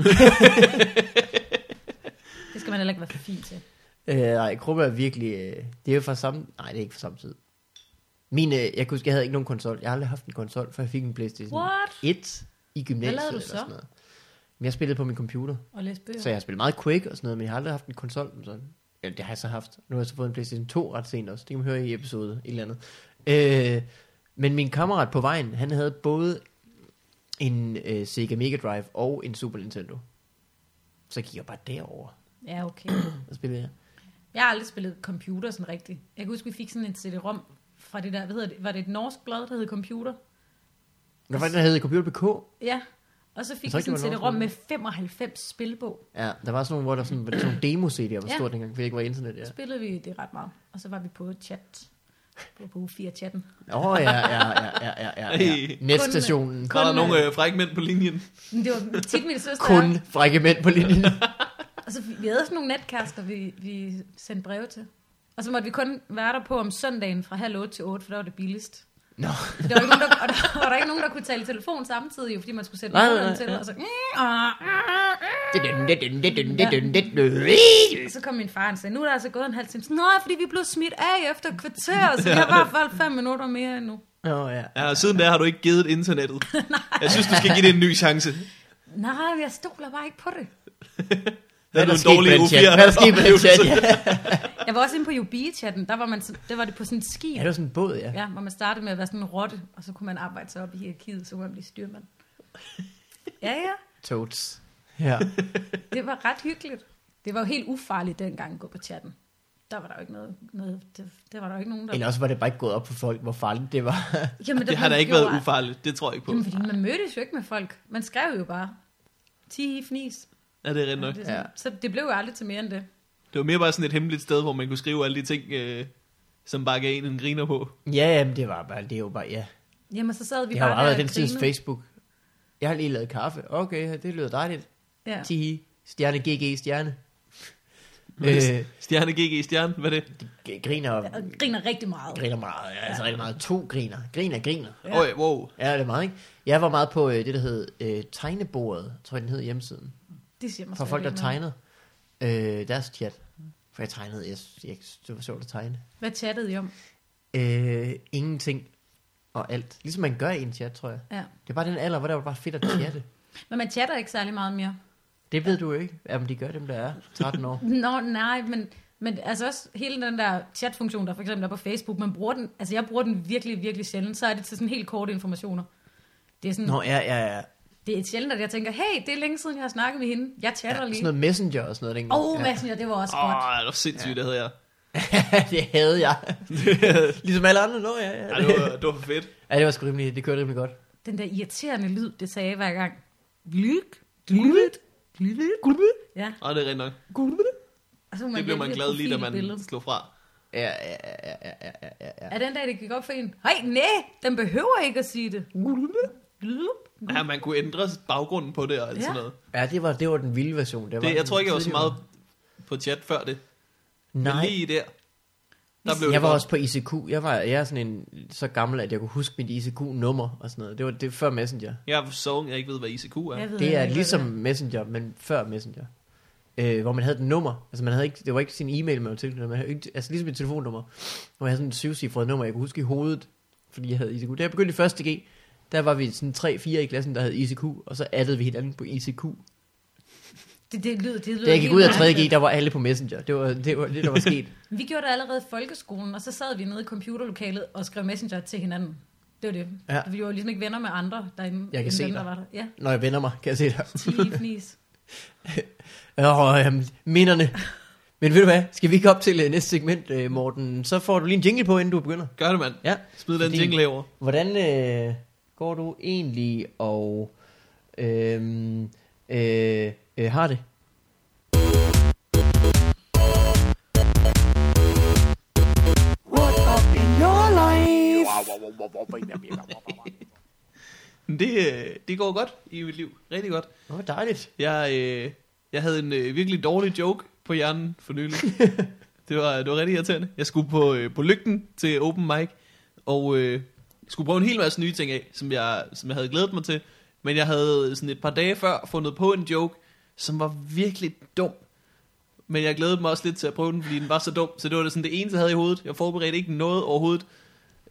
Speaker 3: skal man heller ikke være for fin til.
Speaker 1: Øh, nej, Krumme er virkelig... Øh, det er jo fra samme... Nej, det er ikke fra samme tid. Min, øh, jeg kan huske, jeg havde ikke nogen konsol. Jeg har aldrig haft en konsol, før jeg fik en Playstation
Speaker 3: What?
Speaker 1: 1 i gymnasiet.
Speaker 3: Hvad lavede du
Speaker 1: eller
Speaker 3: så?
Speaker 1: Sådan noget. Men jeg spillede på min computer,
Speaker 3: Og læse bøger.
Speaker 1: så jeg har spillet meget Quake og sådan noget, men jeg har aldrig haft en konsol. som Sådan. Eller det har jeg så haft. Nu har jeg så fået en Playstation 2 ret sent også. Det kan man høre i episode et eller andet. Øh, men min kammerat på vejen, han havde både en øh, Sega Mega Drive og en Super Nintendo. Så gik jeg bare derover
Speaker 3: Ja, okay.
Speaker 1: og spillede jeg.
Speaker 3: Jeg har aldrig spillet computer sådan rigtigt. Jeg kan huske, vi fik sådan en CD-rom fra det der, hvad hedder det, var det et norsk blad, der hed Computer?
Speaker 1: Hvad var det, der hed Computer.dk?
Speaker 3: Ja. Og så
Speaker 1: Jeg
Speaker 3: fik
Speaker 1: tror
Speaker 3: vi
Speaker 1: ikke,
Speaker 3: sådan
Speaker 1: det var
Speaker 3: en
Speaker 1: norsk
Speaker 3: CD-rom
Speaker 1: blad.
Speaker 3: med 95 spilbog.
Speaker 1: Ja, der var sådan nogle, hvor der sådan, var sådan nogle demo-CD'er var
Speaker 3: Ja.
Speaker 1: ja. stort dengang, fordi det ikke var internet. Ja.
Speaker 3: Så spillede vi det ret meget. Og så var vi på chat. På, på U4-chatten.
Speaker 1: Åh, oh, ja, ja, ja, ja, ja, ja,
Speaker 2: Ej.
Speaker 1: ja. Netstationen.
Speaker 2: Var der
Speaker 3: Kun-
Speaker 2: nogle øh, frække mænd på linjen?
Speaker 3: Men det var tit min søster.
Speaker 1: Kun frække mænd på linjen.
Speaker 3: Og så vi, vi havde sådan nogle netkærester, vi, vi sendte breve til. Og så måtte vi kun være der på om søndagen fra halv 8 til 8, for der var det billigst.
Speaker 1: Nå,
Speaker 3: Der var ikke nogen, der, og der var der ikke nogen, der kunne tale i telefon samtidig, jo, fordi man skulle sætte
Speaker 1: Nej, nej,
Speaker 3: mikrofonen
Speaker 1: nej,
Speaker 3: til,
Speaker 1: ja.
Speaker 3: og så... Og så kom min far og sagde, nu er der altså gået en halv time. Så, Nej, fordi vi blev smidt af efter et kvarter, så vi har bare holdt fem minutter mere endnu.
Speaker 1: Nå ja.
Speaker 2: Ja, og siden da har du ikke givet internettet. Jeg synes, du skal give det en ny chance.
Speaker 3: Nej, jeg stoler bare ikke på det.
Speaker 1: Hvad er
Speaker 2: du
Speaker 1: der
Speaker 2: en
Speaker 1: sket
Speaker 2: dårlig
Speaker 1: med den chat?
Speaker 2: U4
Speaker 1: Hvad er der sket med
Speaker 2: <laughs>
Speaker 1: den chat?
Speaker 2: oplevelse?
Speaker 1: Ja.
Speaker 3: Jeg var også inde på UB-chatten, der var man, så- der var det på sådan et skib,
Speaker 1: Ja, det var sådan en båd, ja.
Speaker 3: ja, hvor man startede med at være sådan en rotte, og så kunne man arbejde sig op i hierarkiet, så kunne man blive styrmand. <laughs> Ja, ja,
Speaker 1: Toads. <laughs> Ja.
Speaker 3: det var ret hyggeligt. Det var jo helt ufarligt dengang at gå på chatten. Der var der jo ikke noget, noget det, der var der jo ikke nogen, der...
Speaker 1: Eller også var det bare ikke gået op for folk, hvor farligt det var.
Speaker 3: Jamen, der
Speaker 2: Det har
Speaker 3: blev
Speaker 2: da ikke
Speaker 3: gjort-
Speaker 2: været ufarligt. Det tror jeg ikke på.
Speaker 3: Jamen, fordi man mødtes jo ikke med folk. Man skrev jo bare. Ti fnis.
Speaker 2: Ja, det er rent
Speaker 3: Ja,
Speaker 2: nok.
Speaker 3: det er sådan,
Speaker 1: Ja.
Speaker 3: Så det blev jo aldrig til mere end det.
Speaker 2: Det var mere bare sådan et hemmeligt sted, hvor man kunne skrive alle de ting, øh, som bare gav en en griner på.
Speaker 1: <laughs> Ja, jamen, det var bare, det er jo bare, ja.
Speaker 3: Jamen, så sad vi
Speaker 1: Det har
Speaker 3: bare
Speaker 1: jo
Speaker 3: der
Speaker 1: bare været
Speaker 3: og
Speaker 1: den tids
Speaker 3: grinede.
Speaker 1: Facebook. Jeg har lige lavet kaffe. Okay, det lyder dejligt.
Speaker 3: Ja.
Speaker 1: Tihi. Stjerne GG <laughs> stjerne.
Speaker 2: Øh.
Speaker 1: Øh,
Speaker 2: Stjerne GG Stjerne, hvad er det?
Speaker 1: g- griner,
Speaker 3: Og griner rigtig meget.
Speaker 1: griner meget. Ja, altså rigtig meget. To griner. Griner, griner.
Speaker 2: Ja. Oj, wow.
Speaker 1: Ja, det er meget, ikke? Jeg var meget på øh, det, der hed øh, tegnebordet, tror jeg, den hed hjemmesiden.
Speaker 3: Det siger mig
Speaker 1: For
Speaker 3: slet
Speaker 1: folk,
Speaker 3: ikke
Speaker 1: der
Speaker 3: noget.
Speaker 1: tegnede øh, deres chat. For jeg tegnede, jeg, jeg, det var sjovt at tegne.
Speaker 3: Hvad chattede I om?
Speaker 1: Øh, ingenting og alt. Ligesom man gør i en chat, tror jeg.
Speaker 3: Ja.
Speaker 1: Det er bare den alder, hvor det var bare fedt at chatte.
Speaker 3: Men man chatter ikke særlig meget mere.
Speaker 1: Det ved du jo ikke. Jamen, de gør dem, der er 13
Speaker 3: <laughs>
Speaker 1: år.
Speaker 3: Nå, nej, men, men altså også hele den der chatfunktion, der for eksempel er på Facebook, man bruger den, altså jeg bruger den virkelig, virkelig sjældent, så er det til sådan helt korte informationer. Det er, sådan,
Speaker 1: Nå, ja, ja, ja.
Speaker 3: det er sjældent, at jeg tænker, hey, det er længe siden, jeg har snakket med hende. Jeg chatter
Speaker 1: Sådan
Speaker 3: lige.
Speaker 1: noget messenger og sådan noget. dengang.
Speaker 3: Åh, oh,
Speaker 1: ja.
Speaker 3: Messenger, det var også
Speaker 2: Åh,
Speaker 3: godt.
Speaker 2: oh, det var sindssygt, ja. det havde jeg.
Speaker 1: <laughs> det havde
Speaker 3: <laughs>
Speaker 1: jeg. ligesom alle andre. Nå, ja, ja.
Speaker 2: Ja, det, var, det var for fedt.
Speaker 1: ja, det var sgu rimelig, det kørte rimelig godt.
Speaker 3: Den der irriterende lyd, det sagde hver gang. Lyk, lyk, lyk, Ja,
Speaker 2: Åh, det er rent nok.
Speaker 3: og så kunne man
Speaker 2: Det blev man
Speaker 3: vælge
Speaker 2: glad lige, da man
Speaker 3: profilbillede.
Speaker 2: slog fra.
Speaker 1: Ja, ja, ja, ja, ja, ja, ja, ja.
Speaker 3: Er den dag, det gik op for en? Hej, nej, den behøver ikke at sige det. Lyk.
Speaker 2: Ja, man kunne ændre baggrunden på det og alt
Speaker 3: Ja.
Speaker 2: ja. sådan noget.
Speaker 1: Ja, det var, det var den vilde version. Det var
Speaker 2: Det, jeg
Speaker 1: den
Speaker 2: tror ikke, jeg var så
Speaker 1: tidligere.
Speaker 2: meget på chat før det. Men
Speaker 1: Nej,
Speaker 2: lige der, der blev
Speaker 1: jeg
Speaker 2: det
Speaker 1: var
Speaker 2: godt.
Speaker 1: også på ICQ. Jeg, var, jeg er sådan en, så gammel, at jeg kunne huske mit ICQ-nummer og sådan noget. Det var det var før Messenger.
Speaker 2: Jeg er så ung, jeg ikke ved, hvad ICQ er.
Speaker 3: Jeg ved
Speaker 1: Det
Speaker 3: ikke,
Speaker 1: er
Speaker 3: hvad
Speaker 1: ligesom Messenger, men før Messenger. Øh, hvor man havde et nummer. Altså man havde ikke, det var ikke sin e-mail, man var tilknyttet. Man havde ikke, altså ligesom et telefonnummer. Hvor jeg havde sådan et syvcifret nummer, jeg kunne huske i hovedet. Fordi jeg havde ICQ. Da jeg begyndte i første G, der var vi sådan 3-4 i klassen, der havde ICQ. Og så addede vi hinanden på ICQ.
Speaker 3: Det, det, lyder, det lyder
Speaker 1: Da jeg gik
Speaker 3: helt
Speaker 1: ud af
Speaker 3: mærkeligt.
Speaker 1: 3G, der var alle på Messenger. Det var det, var, det der var
Speaker 3: <laughs>
Speaker 1: sket.
Speaker 3: Vi gjorde det allerede i folkeskolen, og så sad vi nede i computerlokalet og skrev messenger til hinanden. Det var det.
Speaker 1: Ja.
Speaker 3: Vi var ligesom ikke venner med andre derinde.
Speaker 1: Jeg kan
Speaker 3: end
Speaker 1: se
Speaker 3: dem,
Speaker 1: dig.
Speaker 3: Der var der. Ja,
Speaker 1: Når jeg vender mig, kan jeg se det. <laughs>
Speaker 3: lige fnis.
Speaker 1: Åh, jamen, øhm, minderne. Men ved du hvad, skal vi ikke op til øh, næste segment, øh, Morten? Så får du lige en jingle på, inden du begynder.
Speaker 2: Gør det, mand.
Speaker 1: Ja.
Speaker 2: Smid den
Speaker 1: Fordi-
Speaker 2: jingle herover.
Speaker 1: Hvordan øh, går du egentlig og øhm, øh, øh, har det?
Speaker 4: What up in your life?
Speaker 2: Det, øh, det går godt i mit liv. Rigtig godt.
Speaker 1: Åh, oh, dejligt.
Speaker 2: Jeg, øh, jeg havde en øh, virkelig dårlig joke på hjernen for nylig. det, var, det var rigtig irriterende. Jeg skulle på, øh, på lygten til open mic, og øh, skulle prøve en hel masse nye ting af, som jeg, som jeg havde glædet mig til. Men jeg havde sådan et par dage før fundet på en joke, som var virkelig dum. Men jeg glædede mig også lidt til at prøve den, fordi den var så dum. Så det var det sådan det eneste, jeg havde i hovedet. Jeg forberedte ikke noget overhovedet.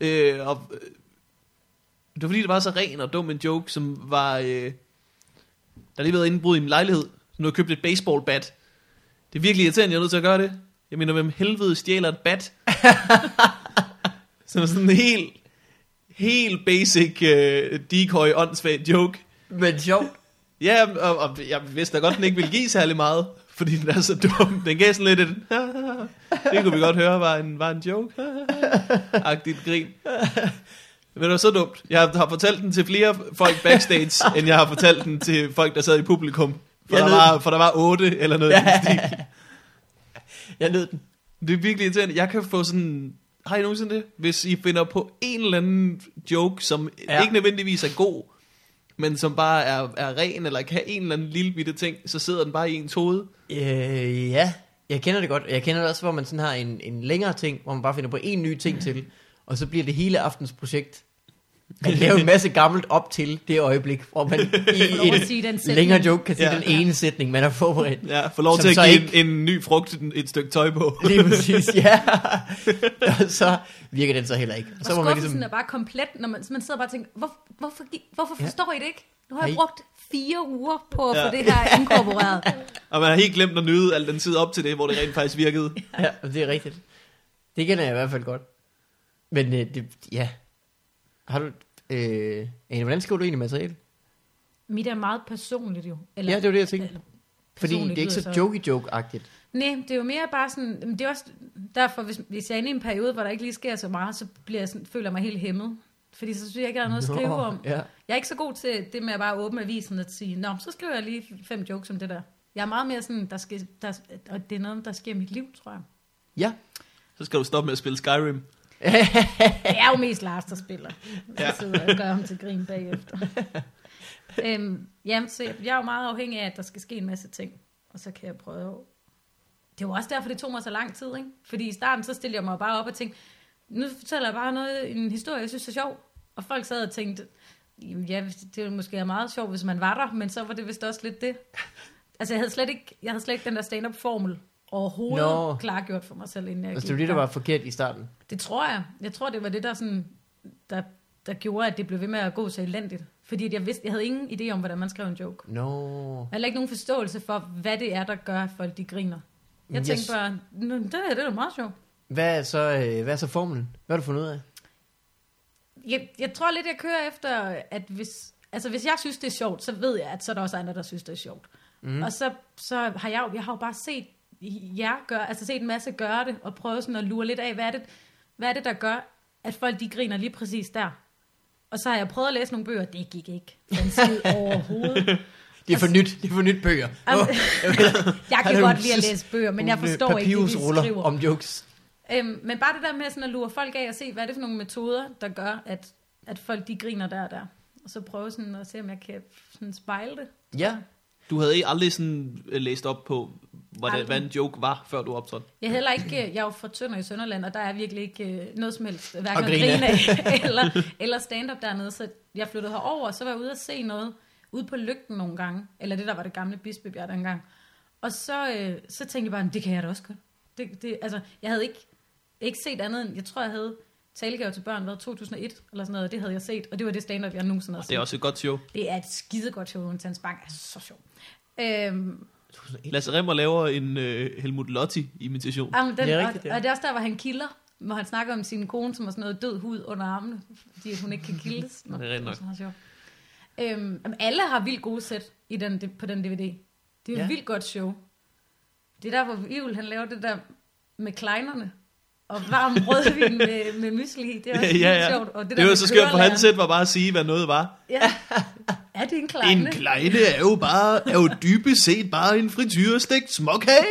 Speaker 2: Øh, og, øh, det var fordi, det var så ren og dum en joke, som var... Øh, der er lige været indbrud i min lejlighed, så nu har jeg købt et baseballbat. Det er virkelig irriterende, jeg er nødt til at gøre det. Jeg mener, hvem helvede stjæler et bat? Som er sådan en helt, helt basic uh, decoy åndssvagt joke.
Speaker 1: Men sjovt.
Speaker 2: Ja, og, og jeg vidste da godt, den ikke ville give særlig meget, fordi den er så dum. Den gav sådan lidt et, det kunne vi godt høre, var en, var en joke. Agtigt grin. Men det var så dumt. Jeg har fortalt den til flere folk backstage, end jeg har fortalt den til folk, der sad i publikum. For,
Speaker 1: Jeg
Speaker 2: der
Speaker 1: ved
Speaker 2: var, for der var otte eller noget. i den stil.
Speaker 1: Jeg nød den.
Speaker 2: Det er virkelig irriterende. Jeg kan få sådan... Har I nogensinde det? Hvis I finder på en eller anden joke, som
Speaker 1: Ja.
Speaker 2: ja. ikke nødvendigvis er god, men som bare er, er ren, eller kan have en eller anden lille bitte ting, så sidder den bare i ens hoved.
Speaker 1: Øh, ja, jeg kender det godt. Jeg kender det også,
Speaker 3: <laughs>
Speaker 1: hvor man sådan har en, en længere ting, hvor man bare finder på en ny ting til. Og så bliver det hele aftens projekt Man laver en masse gammelt op til det øjeblik, hvor man
Speaker 3: lov at
Speaker 1: i
Speaker 3: sige den
Speaker 1: en
Speaker 3: sætning.
Speaker 1: længere joke kan sige
Speaker 2: Ja.
Speaker 1: den ene sætning, man har forberedt.
Speaker 2: Ja, få lov
Speaker 1: Som
Speaker 2: til at
Speaker 1: så
Speaker 2: give
Speaker 1: ikke-
Speaker 2: en, en ny frugt et, et stykke tøj på.
Speaker 1: Lige præcis,
Speaker 3: <laughs>
Speaker 1: ja. Og så virker den så heller ikke.
Speaker 3: Og
Speaker 1: Så må man
Speaker 3: skuffelsen
Speaker 1: ligesom,
Speaker 3: er bare komplet, når man, så man sidder og bare og tænker, hvor, hvorfor, gi- hvorfor
Speaker 1: Ja.
Speaker 3: forstår I det ikke? Nu har jeg
Speaker 1: Hey.
Speaker 3: brugt fire uger på at få
Speaker 2: Ja.
Speaker 3: det her inkorporeret.
Speaker 2: <laughs> Og man har helt glemt at nyde al den tid op til det, hvor det rent faktisk virkede.
Speaker 1: ja, det er rigtigt. Det kender jeg i hvert fald godt. Men øh, det, ja. Har du, øh, Ane, hvordan skriver du egentlig materiale?
Speaker 3: Mit er meget personligt jo. Eller,
Speaker 1: Ja, det var det, jeg tænkte.
Speaker 3: eller
Speaker 1: Fordi
Speaker 3: personligt
Speaker 1: det er ikke så
Speaker 3: lyder
Speaker 1: jokey-joke-agtigt.
Speaker 3: Nej, det er jo mere bare sådan, men det er også derfor, hvis, hvis jeg er inde i en periode, hvor der ikke lige sker så meget, så bliver jeg sådan, føler jeg mig helt hæmmet. Fordi så synes jeg ikke, der er noget at skrive
Speaker 1: Nå,
Speaker 3: om. <laughs>
Speaker 1: Ja.
Speaker 3: Jeg er ikke så god til det med at bare åbne avisen og sige, nå, så skriver jeg lige fem jokes om det der. Jeg er meget mere sådan, der sker, der, og det er noget, der sker i mit liv, tror jeg.
Speaker 1: ja.
Speaker 2: Så skal du stoppe med at spille Skyrim.
Speaker 3: Det er jo mest Lars, der spiller.
Speaker 2: Ja.
Speaker 3: Jeg sidder og gør ham til grin bagefter. øhm, jamen, så jeg er jo meget afhængig af, at der skal ske en masse ting. Og så kan jeg prøve. Det var også derfor, det tog mig så lang tid. Ikke? Fordi i starten, så stillede jeg mig bare op og tænkte, nu fortæller jeg bare noget, en historie, jeg synes er sjov. Og folk sad og tænkte, "Jamen, ja, det ville måske være meget sjovt, hvis man var der, men så var det vist også lidt det. Altså, jeg havde slet ikke, jeg havde slet ikke den der stand-up-formel overhovedet
Speaker 1: Nå.
Speaker 3: no. klargjort for mig selv, inden
Speaker 1: <laughs>
Speaker 3: jeg
Speaker 1: Altså,
Speaker 3: gik
Speaker 1: det var
Speaker 3: i
Speaker 1: det, der
Speaker 3: gang.
Speaker 1: var forkert i starten.
Speaker 3: Det tror jeg. Jeg tror, det var det, der, sådan, der, der gjorde, at det blev ved med at gå så elendigt. Fordi at jeg, vidste, jeg havde ingen idé om, hvordan man skrev en joke.
Speaker 1: Nå.
Speaker 3: Jeg havde heller ikke nogen forståelse for, hvad det er, der gør, at folk de griner. Jeg
Speaker 1: Yes.
Speaker 3: yes. tænkte bare, "Nå, det, her, det er da meget sjovt.
Speaker 1: Hvad er så, øh, hvad er så formlen? Hvad har du fundet ud af?
Speaker 3: Jeg, jeg tror lidt, jeg kører efter, at hvis, altså, hvis jeg synes, det er sjovt, så ved jeg, at så er der også andre, der synes, det er sjovt.
Speaker 1: Mhm.
Speaker 3: Mm. Og så, så har jeg, jo- jeg har jo bare set jer gøre, altså set en masse gøre det, og prøve sådan at lure lidt af, hvad er det, hvad er det der gør, at folk de griner lige præcis der. Og så har jeg prøvet at læse nogle bøger, det gik ikke. Den skid
Speaker 1: <laughs>
Speaker 3: overhovedet.
Speaker 1: Det er for
Speaker 3: Altså-
Speaker 1: nyt, det er for nyt bøger.
Speaker 3: Am-
Speaker 1: Åh, jeg ved ikke.
Speaker 3: Jeg
Speaker 1: Han
Speaker 3: kan
Speaker 1: er jo
Speaker 3: godt
Speaker 1: en
Speaker 3: lide at
Speaker 1: sys-
Speaker 3: læse bøger, <laughs> men jeg
Speaker 1: Nogle, øh,
Speaker 3: forstår ikke det, de
Speaker 1: papyrusruller
Speaker 3: skriver.
Speaker 1: om jokes.
Speaker 3: Øhm, men bare det der med sådan at lure folk af og se, hvad er det for nogle metoder, der gør, at, at folk de griner der og der. Og så prøve sådan at se, om jeg kan sådan spejle det.
Speaker 1: Ja.
Speaker 2: Du havde ikke aldrig sådan øh, læst op på, hvordan,
Speaker 3: Aldrig.
Speaker 2: hvad en joke var, før du optrådte.
Speaker 3: Jeg er heller ikke, øh, jeg er jo fra Tønder i Sønderland, og der er virkelig ikke øh, noget som helst, hverken
Speaker 1: At
Speaker 3: at
Speaker 1: grine
Speaker 3: grine af, eller, eller stand-up dernede. Så jeg flyttede herover, og så var jeg ude at se noget ude på lygten nogle gange, eller det der var det gamle bispebjerg dengang. Og så, øh, så tænkte jeg bare, "Men det kan jeg da også godt. Det, det, altså, jeg havde ikke, ikke set andet end, jeg tror jeg havde talegave til børn, været 2001 eller sådan noget, og det havde jeg set, og det var det stand-up, jeg nogensinde havde
Speaker 2: Det er
Speaker 3: set.
Speaker 2: også et godt show.
Speaker 3: Det er et skidegodt show, Tans Bank er så sjov. Øhm,
Speaker 2: Lasse Remmer laver en øh, Helmut Lotti-imitation.
Speaker 3: Jamen, Ah, den,
Speaker 1: Det
Speaker 3: det
Speaker 1: er
Speaker 3: er
Speaker 1: rigtigt,
Speaker 3: og,
Speaker 1: ja.
Speaker 3: og det er også der, hvor han kilder, hvor han snakker om sin kone, som har sådan noget død hud under armene, fordi hun ikke kan kildes.
Speaker 2: <laughs>
Speaker 3: Nå,
Speaker 2: Det er rigtig
Speaker 3: var sådan meget sjovt. Øhm, jamen, alle har vildt gode sæt i den, på den DVD. Det er jo
Speaker 1: Ja.
Speaker 3: et vildt godt show. Det er der, hvor Ivl, han laver det der med kleinerne, og varm
Speaker 2: <laughs>
Speaker 3: rødvin med, med mysli i. Det er også
Speaker 2: ja,
Speaker 3: vildt
Speaker 2: ja.
Speaker 3: sjovt. Og
Speaker 2: det,
Speaker 3: der
Speaker 2: det var
Speaker 3: med
Speaker 2: så skørt for
Speaker 3: kørelærer.
Speaker 2: hans sæt, var bare at sige, hvad noget var.
Speaker 3: Ja. Er det en kleine?
Speaker 2: En kleine er jo bare, er jo dybest set bare en frityrestegt småkage.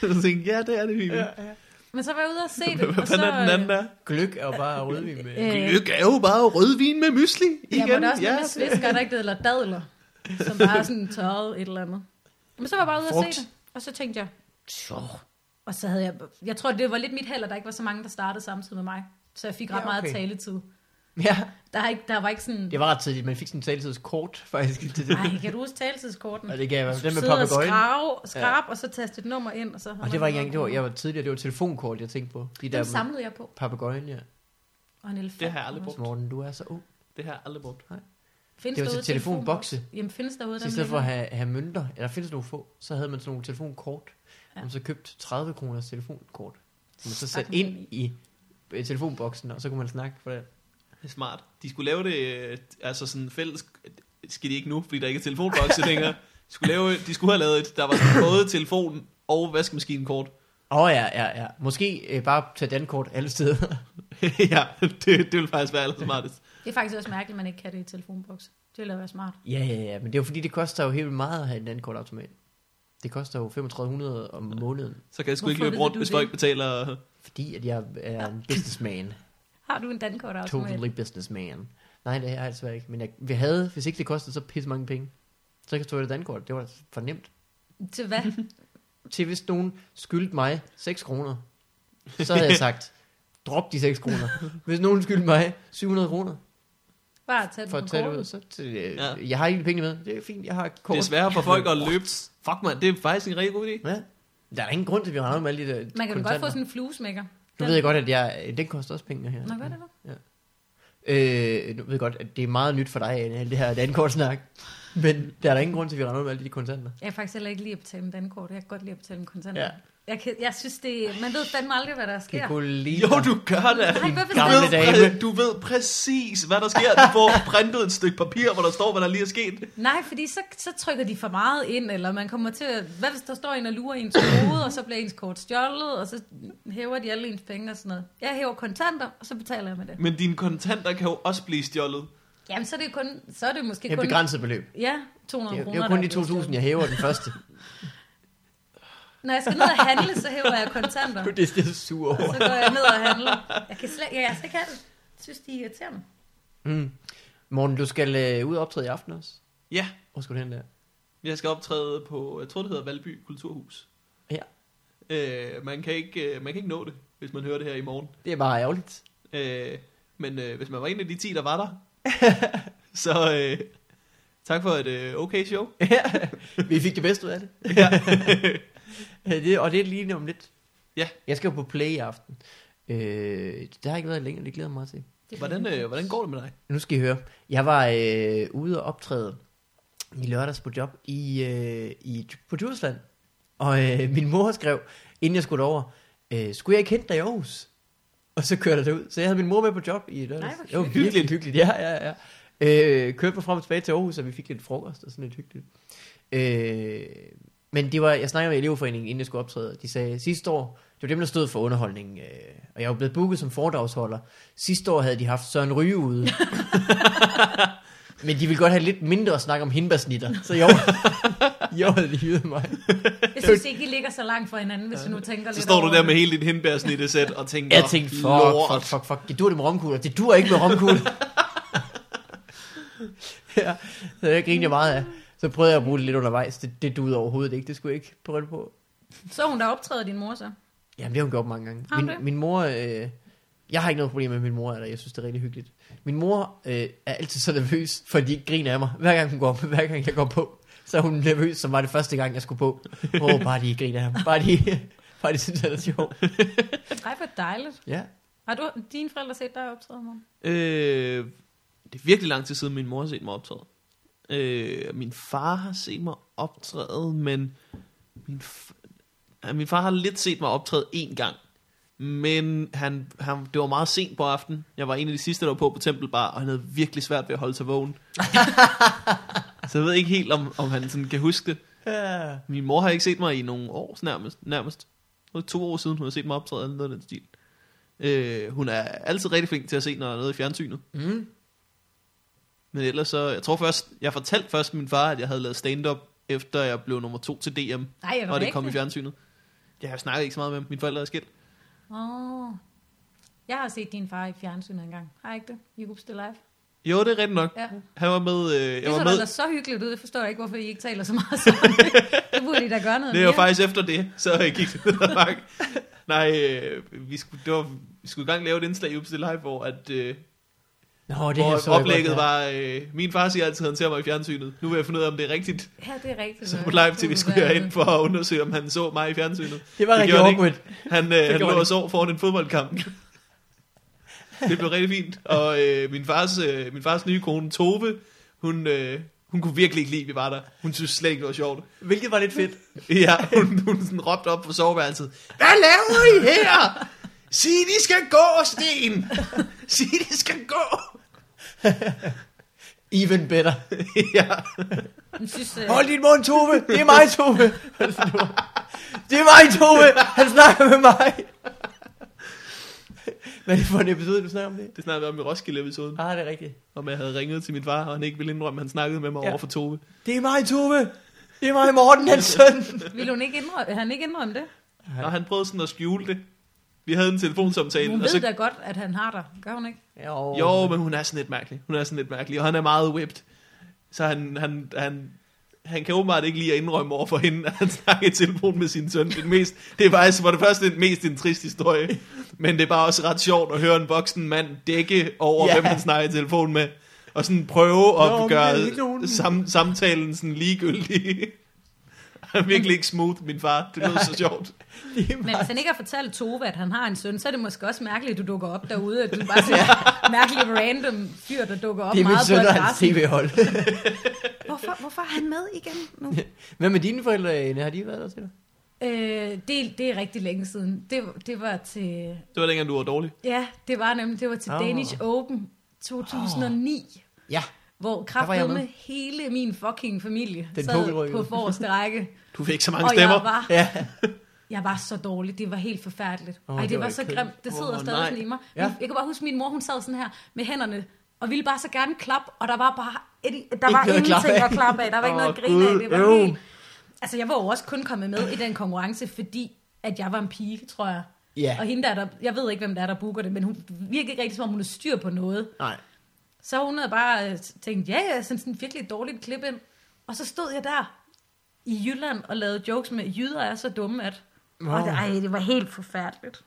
Speaker 2: Så tænkte jeg, ja, det er det, Vivi. Ja,
Speaker 3: Men så var jeg ude og se
Speaker 2: <laughs>
Speaker 3: det.
Speaker 2: Hvad
Speaker 3: og så,
Speaker 2: fanden er den anden
Speaker 3: øh,
Speaker 2: der?
Speaker 1: Gløk er jo bare rødvin med.
Speaker 3: øh,
Speaker 2: Gløk er jo bare rødvin med mysli.
Speaker 3: Ja,
Speaker 2: Igen.
Speaker 3: men der er også
Speaker 2: ja,
Speaker 3: ja, med svisker, der ikke hedder dadler, som bare er sådan tørret et eller andet. Men så var jeg bare ude og
Speaker 1: Frugt.
Speaker 3: se det, og så tænkte jeg, "Tjo." og så havde jeg, jeg tror, det var lidt mit held, at der ikke var så mange, der startede samtidig med mig. Så jeg fik ret
Speaker 1: Ja,
Speaker 3: ja, okay.
Speaker 1: okay.
Speaker 3: meget taletid.
Speaker 1: Ja,
Speaker 3: Der, er ikke, der var ikke sådan,
Speaker 1: det var ret tidligt. Man fik sådan en taltidskort, faktisk. Til det.
Speaker 3: nej, kan du huske
Speaker 1: <laughs>
Speaker 3: taletidskorten?
Speaker 1: Og det gav jeg i hvert fald. Den med
Speaker 3: Sidde og
Speaker 1: papegøjen.
Speaker 3: skrave, skrab, ja. og så taste et nummer ind, og så...
Speaker 1: Og det var ikke engang, det var, jeg var tidligere, det var telefonkort, jeg tænkte på. De der
Speaker 3: Dem
Speaker 1: med
Speaker 3: samlede jeg på,
Speaker 1: papegøjen, ja.
Speaker 3: og en elefant.
Speaker 2: Det har jeg aldrig brugt.
Speaker 1: Morten, du er så ung.
Speaker 2: Det har jeg aldrig brugt.
Speaker 3: Findes
Speaker 1: Det var
Speaker 3: derude
Speaker 1: til telefonbokse.
Speaker 3: telefonboks? Jamen, findes derude
Speaker 1: Så i stedet for at have, have mønter, eller der findes nogle få, så havde man sådan nogle telefonkort. Ja.
Speaker 3: Ja.
Speaker 1: Man så købt 30 kroners telefonkort. Som man så
Speaker 3: Stak
Speaker 1: satte
Speaker 3: dem
Speaker 1: ind i øh, telefonboksen, og så kunne man snakke for det.
Speaker 2: Det er smart. De skulle lave det, øh, altså sådan fælles, skal de ikke nu, fordi der ikke er telefonbokse længere. De skulle, lave, de skulle have lavet et, der var sådan både telefon og vaskemaskinenkort.
Speaker 1: Åh oh, ja, ja, ja. Måske øh, bare tage dankort alle steder.
Speaker 2: <laughs>
Speaker 1: <laughs>
Speaker 2: ja, det, det ville faktisk være allersmartest.
Speaker 3: Det er faktisk også mærkeligt, at man ikke kan det i telefonboks. Det ville da være smart.
Speaker 1: ja, ja, ja. Men det er jo fordi, det koster jo helt vildt meget at have en dankortautomat. Det koster jo 3500 om måneden,
Speaker 2: Så kan jeg sgu
Speaker 3: Hvorfor
Speaker 2: ikke løbe
Speaker 3: ved
Speaker 2: rundt,
Speaker 3: du
Speaker 2: hvis
Speaker 3: det?
Speaker 2: folk betaler.
Speaker 1: fordi at jeg er en businessman.
Speaker 3: Har du en dankort også?
Speaker 1: Totally businessman. Nej, det er jeg altså ikke. Men jeg, vi havde, hvis ikke det kostede så pisse mange penge, så kan jeg stå i det dankort. Det var da for nemt.
Speaker 3: Til hvad?
Speaker 1: til hvis nogen skyldte mig 6 kroner, så havde jeg sagt, drop de 6 kroner. Hvis nogen skyldte mig 700 kroner,
Speaker 3: Bare tag det
Speaker 1: for
Speaker 3: på
Speaker 1: at tage det ud.
Speaker 3: kortet.
Speaker 1: Så, til, øh,
Speaker 2: Ja.
Speaker 1: Jeg har ikke penge med. Det er fint, jeg har kort.
Speaker 2: Det er svært for folk at løbe. Fuck man, det er faktisk en rigtig god idé.
Speaker 1: Ja. Der er da ingen grund til, at vi render med alle de der
Speaker 3: Man kan jo godt
Speaker 1: kontanter.
Speaker 3: få sådan en fluesmækker.
Speaker 1: Nu ved jeg godt, at jeg, den koster også penge, her.
Speaker 3: Nå, hvad er det da?
Speaker 1: Øh, nu ved jeg godt, at det er meget nyt for dig, Anna, alt det her dankort snak. Men der er da ingen grund til, at vi render ud med alle de kontanter.
Speaker 3: Jeg kan faktisk heller ikke lide at betale med dankort. Jeg kan godt lide at betale med kontanter.
Speaker 1: Ja.
Speaker 3: Ja. Jeg, kan, jeg synes, det, man ved fandme aldrig, hvad der sker.
Speaker 1: Det kunne lige...
Speaker 2: Jo, du gør det.
Speaker 3: Nej, hvorfor
Speaker 2: Du
Speaker 1: Gamle
Speaker 2: ved,
Speaker 3: skal
Speaker 1: dame.
Speaker 2: præ- du ved præcis, hvad der sker. Du får printet et stykke papir, hvor der står, hvad der lige er sket.
Speaker 3: Nej, fordi så, så trykker de for meget ind, eller man kommer til at... Hvad hvis der står en og lurer ens hoved, og så bliver ens kort stjålet, og så hæver de alle ens penge og sådan noget. Jeg hæver kontanter, og så betaler jeg med det.
Speaker 2: Men dine kontanter kan jo også blive stjålet.
Speaker 3: Jamen, så er det, kun, så er det måske
Speaker 1: Et
Speaker 3: kun...
Speaker 1: begrænset beløb.
Speaker 3: Ja, 200
Speaker 1: Det er, det er
Speaker 3: kroner.
Speaker 1: jo
Speaker 3: der
Speaker 1: kun de
Speaker 3: er blevet
Speaker 1: 2.000,
Speaker 3: stjålet.
Speaker 1: jeg hæver den første.
Speaker 3: Når jeg skal ned og handle, så hæver jeg kontanter.
Speaker 1: det er det sur <laughs> over.
Speaker 3: Så går jeg ned og handler. Jeg kan slet, ja, jeg kan ikke have det. Jeg synes, de er irriterende.
Speaker 1: Mm. Morten, du skal øh, ud og optræde i aften også.
Speaker 2: Ja,
Speaker 1: Hvor skal du hen der?
Speaker 2: jeg skal optræde på, jeg tror det hedder Valby Kulturhus.
Speaker 1: Ja.
Speaker 2: Øh, man, kan ikke, øh, man kan ikke nå det, hvis man hører det her i morgen.
Speaker 1: Det er bare ærgerligt.
Speaker 2: Øh, men øh, hvis man var en af de 10, der var
Speaker 1: <laughs>
Speaker 2: der, så øh, tak for et øh, okay show.
Speaker 1: Vi fik det bedste ud af
Speaker 2: <laughs>
Speaker 1: det. <laughs> Ja. det og det er lige om lidt.
Speaker 2: Ja.
Speaker 1: Jeg skal jo på play i aften. Øh, det har ikke været længe, og det glæder jeg mig til.
Speaker 3: Det
Speaker 2: Hvordan, øh, hvordan går det med dig?
Speaker 1: Nu skal I høre. Jeg var øh, ude og optræde i lørdags på job i, øh, i, på Djursland. Og øh, min mor skrev, inden jeg skulle over, øh, skulle jeg ikke hente dig i Aarhus? Og så kørte jeg derud. Så jeg havde min mor med på job i lørdags.
Speaker 3: Nej, hvor
Speaker 1: det var virkelig hyggeligt. Ja, ja, ja. Øh, kørte mig frem og tilbage til Aarhus, og vi fik lidt frokost og sådan lidt hyggeligt. Øh, men det var, jeg snakkede med elevforeningen, inden jeg skulle optræde, og de sagde, sidste år, det var dem, der stod for underholdningen, øh, og jeg var blevet booket som foredragsholder. Sidste år havde de haft Søren Ryge ude. men de ville godt have lidt mindre at snakke om hindbærsnitter, så jo, <laughs> jo havde de hyret mig.
Speaker 3: Jeg synes ikke, I ligger så langt fra hinanden, hvis du nu tænker lidt
Speaker 2: Så står
Speaker 3: over
Speaker 2: du der
Speaker 3: det.
Speaker 2: med hele dit hindbærsnittesæt og tænker,
Speaker 1: Jeg tænkte, fuck,
Speaker 2: lort.
Speaker 1: fuck, fuck, fuck, det dur det med romkugler. Det dur ikke med romkugler. <laughs> ja, så jeg grinte jeg meget af. Så prøvede jeg at bruge det lidt undervejs. Det, det duede overhovedet ikke. Det skulle jeg ikke prøve på.
Speaker 3: Så hun der optræder din mor så.
Speaker 1: Jamen, det har hun gjort mange gange.
Speaker 3: Har hun
Speaker 1: Min,
Speaker 3: det?
Speaker 1: min mor... Øh, jeg har ikke noget problem med, at min mor er der. Jeg synes, det er rigtig hyggeligt. Min mor øh, er altid så nervøs, for de griner af mig. Hver gang hun går på, <laughs> hver gang jeg går på, så er hun nervøs, som var det første gang, jeg skulle på. Åh,
Speaker 2: <laughs>
Speaker 1: oh, bare de griner af mig. Bare de, <laughs> bare de synes, at det er sjovt.
Speaker 3: Ej, hvor dejligt.
Speaker 1: Ja.
Speaker 3: Har du, dine forældre set dig optræde, mor?
Speaker 2: Øh, det er virkelig lang tid siden, min mor har set mig optræde. Øh, min far har set mig optræde, men min, f- ja, min far har lidt set mig optræde én gang. Men han, han, det var meget sent på aftenen. Jeg var en af de sidste, der var på på Tempelbar, og han havde virkelig svært ved at holde
Speaker 1: <laughs>
Speaker 2: sig vågen. så jeg ved ikke helt, om, om han sådan kan huske det.
Speaker 1: ja.
Speaker 2: Min mor har ikke set mig i nogle år nærmest. nærmest. Det var to år siden, hun har set mig optræde eller noget af den stil. Øh, hun er altid rigtig flink til at se, når der er noget i fjernsynet.
Speaker 1: Mm.
Speaker 2: Men ellers så, jeg tror først, jeg fortalte først min far, at jeg havde lavet stand-up, efter jeg blev nummer to til DM,
Speaker 3: Nej, jeg
Speaker 2: og det kom i
Speaker 3: rigtigt?
Speaker 2: fjernsynet. Ja, jeg snakkede ikke så meget med dem. Mine forældre er skilt.
Speaker 3: Åh. Jeg har set din far i fjernsynet engang. Har jeg ikke det? I Groups Live.
Speaker 2: Jo, det er rigtigt nok.
Speaker 3: Ja.
Speaker 2: Han var med, øh,
Speaker 3: Det
Speaker 2: jeg var
Speaker 3: så
Speaker 2: med.
Speaker 3: da ellers så hyggeligt ud. Jeg forstår ikke, hvorfor I ikke taler så meget
Speaker 2: <laughs>
Speaker 3: sammen. det burde I da gøre noget
Speaker 2: Det var
Speaker 3: mere.
Speaker 2: faktisk efter det, så jeg gik det ned ad bakke. Nej, øh, vi, skulle, det var, vi skulle i gang lave et indslag i Ups Live, hvor at, øh,
Speaker 1: Nå, det her
Speaker 2: Hvor
Speaker 1: så jeg
Speaker 2: oplægget
Speaker 1: godt, ja.
Speaker 2: var, øh, min far siger altid, at han ser mig i fjernsynet. Nu vil jeg finde ud af, om det er rigtigt.
Speaker 3: Ja, det er rigtigt.
Speaker 2: Så på
Speaker 3: nok.
Speaker 2: live
Speaker 3: Det
Speaker 2: tv
Speaker 3: kunne
Speaker 2: skulle jeg
Speaker 3: være
Speaker 2: ind for at undersøge, om han så mig i fjernsynet.
Speaker 1: Det var
Speaker 2: Det
Speaker 1: rigtig
Speaker 2: gjorde han
Speaker 1: awkward.
Speaker 2: Han, øh, han
Speaker 1: gjorde
Speaker 2: lå
Speaker 1: det.
Speaker 2: og sov foran en fodboldkamp. <laughs> Det blev rigtig fint. Og øh, min, fars, øh, min fars nye kone, Tove, hun, øh, hun kunne virkelig ikke lide, at vi var der. Hun synes slet ikke, det var sjovt.
Speaker 1: Hvilket var lidt fedt.
Speaker 2: <laughs> Ja, hun, hun sådan råbte op på soveværelset. Hvad laver I her? Sig, de skal gå, Sten! <laughs> Sig, de skal gå!
Speaker 1: <laughs> Even better.
Speaker 2: ja.
Speaker 3: Jeg synes, øh,
Speaker 1: Hold din mund, Tove. Det er mig, <laughs> Tove. Det er mig, Tove. Han snakker med mig. Hvad er det for en episode, du snakker om det?
Speaker 2: Det snakkede vi om i Roskilde-episoden,
Speaker 1: Ah, det er rigtigt.
Speaker 2: om jeg havde ringet til min far, og han ikke ville indrømme, at han snakkede med mig
Speaker 1: Ja.
Speaker 2: ja. over for Tove.
Speaker 1: Det er mig, Tove. Det er mig, Morten, hans søn.
Speaker 3: ville hun ikke indrømme, han ikke indrømme det?
Speaker 1: Ja.
Speaker 2: Og han prøvede sådan at skjule det. Vi havde en telefonsamtale.
Speaker 3: Hun
Speaker 2: og
Speaker 3: ved da godt, at han har dig. Gør hun ikke?
Speaker 1: Jo.
Speaker 2: Jo, men hun er sådan lidt mærkelig. Hun er sådan lidt mærkelig, og han er meget whipped. Så han, han, han, han kan åbenbart ikke lide at indrømme over for hende, at han snakker i telefon med sin søn. Det, er mest, det er faktisk for det første den mest en trist historie, men det er bare også ret sjovt at høre en voksen mand dække over,
Speaker 1: Ja.
Speaker 2: yeah. hvem han snakker i telefon med. og sådan prøve
Speaker 5: Nå,
Speaker 2: at
Speaker 5: men
Speaker 2: Nå,
Speaker 5: det er ikke nogen-
Speaker 2: gøre sam, samtalen sådan ligegyldig. <laughs> Han er virkelig ikke smooth, min far. Det lød så sjovt.
Speaker 3: Men hvis han ikke har fortalt Tove, at han har en søn, så er det måske også mærkeligt, at du dukker op derude, at du bare er sådan <laughs> en mærkelig random fyr, der dukker op
Speaker 1: Det er min
Speaker 3: meget på
Speaker 1: søn og hans
Speaker 3: adressen.
Speaker 1: tv-hold.
Speaker 3: Hvorfor, hvorfor er han med igen nu?
Speaker 1: Hvad med dine forældre, Ane? Har de været der til dig?
Speaker 3: øh, det, det er rigtig længe siden. Det, det var til...
Speaker 2: Det var dengang, du var dårlig.
Speaker 3: Ja, det var nemlig, det var til
Speaker 1: Åh.
Speaker 3: oh. Danish Open 2009. Oh.
Speaker 1: Ah. Ja.
Speaker 3: Hvor
Speaker 1: var jeg
Speaker 3: kraftedeme
Speaker 1: med.
Speaker 3: med hele min fucking familie
Speaker 1: Den
Speaker 3: sad
Speaker 1: pukkelrykkede.
Speaker 3: på forreste række.
Speaker 2: Du fik så mange
Speaker 3: Og jeg
Speaker 2: stemmer.
Speaker 3: var,
Speaker 1: Ja.
Speaker 3: jeg var så dårlig. Det var helt forfærdeligt.
Speaker 1: Åh,
Speaker 3: Oh, Ej,
Speaker 1: det
Speaker 3: det, det
Speaker 1: var
Speaker 3: var så
Speaker 1: ikke
Speaker 3: grimt. Det sidder
Speaker 2: Åh,
Speaker 3: oh, stadig
Speaker 2: nej.
Speaker 3: sådan i mig.
Speaker 1: Ja.
Speaker 3: Ja. Jeg kan bare huske, at min mor hun sad sådan her med hænderne og ville bare så gerne klappe, og der var bare et, der var
Speaker 1: noget at
Speaker 3: ingenting
Speaker 1: klappe af.
Speaker 3: at klappe af. Der var ikke
Speaker 2: Åh,
Speaker 3: noget at grine af.
Speaker 2: Gud,
Speaker 3: Det var
Speaker 2: øv.
Speaker 3: helt... Altså, jeg var jo også kun kommet med i den konkurrence, fordi at jeg var en pige, tror jeg.
Speaker 1: Ja.
Speaker 3: Og hende der, der, jeg ved ikke, hvem der er, der booker det, men hun virker ikke rigtig, som om hun har styr på noget.
Speaker 1: Nej.
Speaker 3: Så hun havde bare øh, tænkt, ja, ja, sådan sådan virkelig dårligt klip ind. Og så stod jeg der i Jylland og lavede jokes med, jyder er så dumme, at...
Speaker 1: Wow.
Speaker 3: Wow. Og det, ej, det var helt forfærdeligt.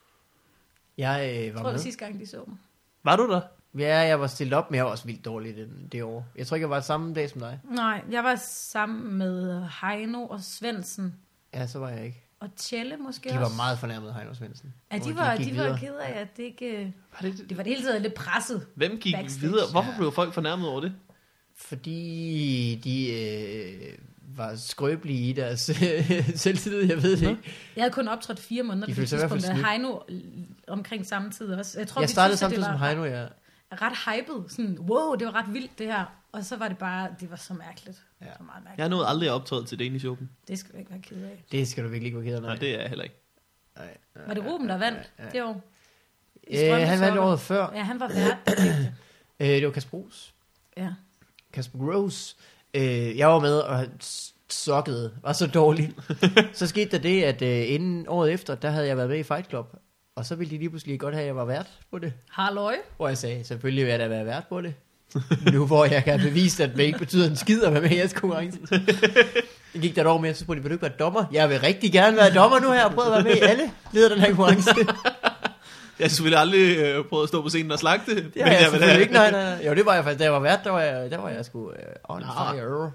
Speaker 1: Jeg øh,
Speaker 3: Jeg
Speaker 1: var
Speaker 3: tror, det var
Speaker 1: med.
Speaker 3: sidste gang, de så mig.
Speaker 2: Var du der?
Speaker 1: Ja, jeg var stillet op, men jeg var også vildt dårlig den, det år. Jeg tror ikke, jeg var samme dag som dig.
Speaker 3: Nej, jeg var sammen med Heino og Svendsen
Speaker 1: Ja, så var jeg ikke.
Speaker 3: og Tjelle måske
Speaker 1: De var
Speaker 3: også.
Speaker 1: meget fornærmet, Heino Svendsen.
Speaker 3: Ja,
Speaker 1: Hvor
Speaker 3: de var,
Speaker 1: gik
Speaker 3: de var
Speaker 1: videre.
Speaker 3: ked af, at det ikke... øh,
Speaker 2: Var det,
Speaker 3: Det var det hele taget lidt presset.
Speaker 2: Hvem gik
Speaker 3: Backstage.
Speaker 2: videre? Hvorfor blev folk fornærmet over det?
Speaker 1: Fordi de øh, var skrøbelige i deres øh, <laughs> selvtillid, jeg ved det ikke.
Speaker 3: Jeg havde kun optrådt fire måneder
Speaker 1: De
Speaker 3: på
Speaker 1: følte
Speaker 3: det
Speaker 1: sig i hvert fald
Speaker 3: tidspunkt, og Heino øh, omkring samme tid også. Jeg, tror,
Speaker 1: Jeg
Speaker 3: vi
Speaker 1: startede
Speaker 3: synes, at det
Speaker 1: samtidig som
Speaker 3: var-
Speaker 1: Heino, ja.
Speaker 3: ret hyped, sådan, wow, det var ret vildt det her. Og så var det bare, det var så mærkeligt.
Speaker 1: Ja.
Speaker 3: Ja. Det var meget mærkeligt.
Speaker 2: Jeg nåede aldrig at optræde til Danish Open.
Speaker 3: Det skal du ikke være ked af.
Speaker 1: Det skal du virkelig ikke være ked af.
Speaker 2: Nej, det er jeg heller ikke.
Speaker 1: Nej.
Speaker 3: Var det Ruben, der vandt
Speaker 1: ja, ja.
Speaker 3: det år? I
Speaker 1: Øh, han vandt
Speaker 3: Strømpesokker.
Speaker 1: året før.
Speaker 3: Ja, han var
Speaker 1: <clears throat>
Speaker 3: vært. det er rigtigt.
Speaker 1: Øh, det var Kasper Brugs.
Speaker 3: Ja.
Speaker 1: Kasper Rose. Øh, jeg var med, og han s- suckede. Var så
Speaker 2: <laughs>
Speaker 1: dårlig. så skete der det, at øh, inden året efter, der havde jeg været med i Fight Club. Og så ville de lige pludselig godt have, at jeg var vært på det.
Speaker 3: Halløj.
Speaker 1: Hvor jeg sagde, selvfølgelig vil jeg da være vært på det. nu hvor jeg kan bevise, at det ikke betyder en skid at være med i jeres konkurrence. Det gik der dog med, at så spurgte de, vil du ikke være dommer? Jeg vil rigtig gerne være dommer nu her, og prøve at være med i alle leder den her <laughs> konkurrence.
Speaker 2: Jeg har selvfølgelig aldrig øh, prøvet at stå på scenen og slagte. men
Speaker 1: Det har jeg
Speaker 2: vil
Speaker 1: selvfølgelig
Speaker 2: da-
Speaker 1: ikke, nej, nej, nej. Jo, det var jeg faktisk, da jeg var vært, der var jeg, der var jeg sgu øh, on fire.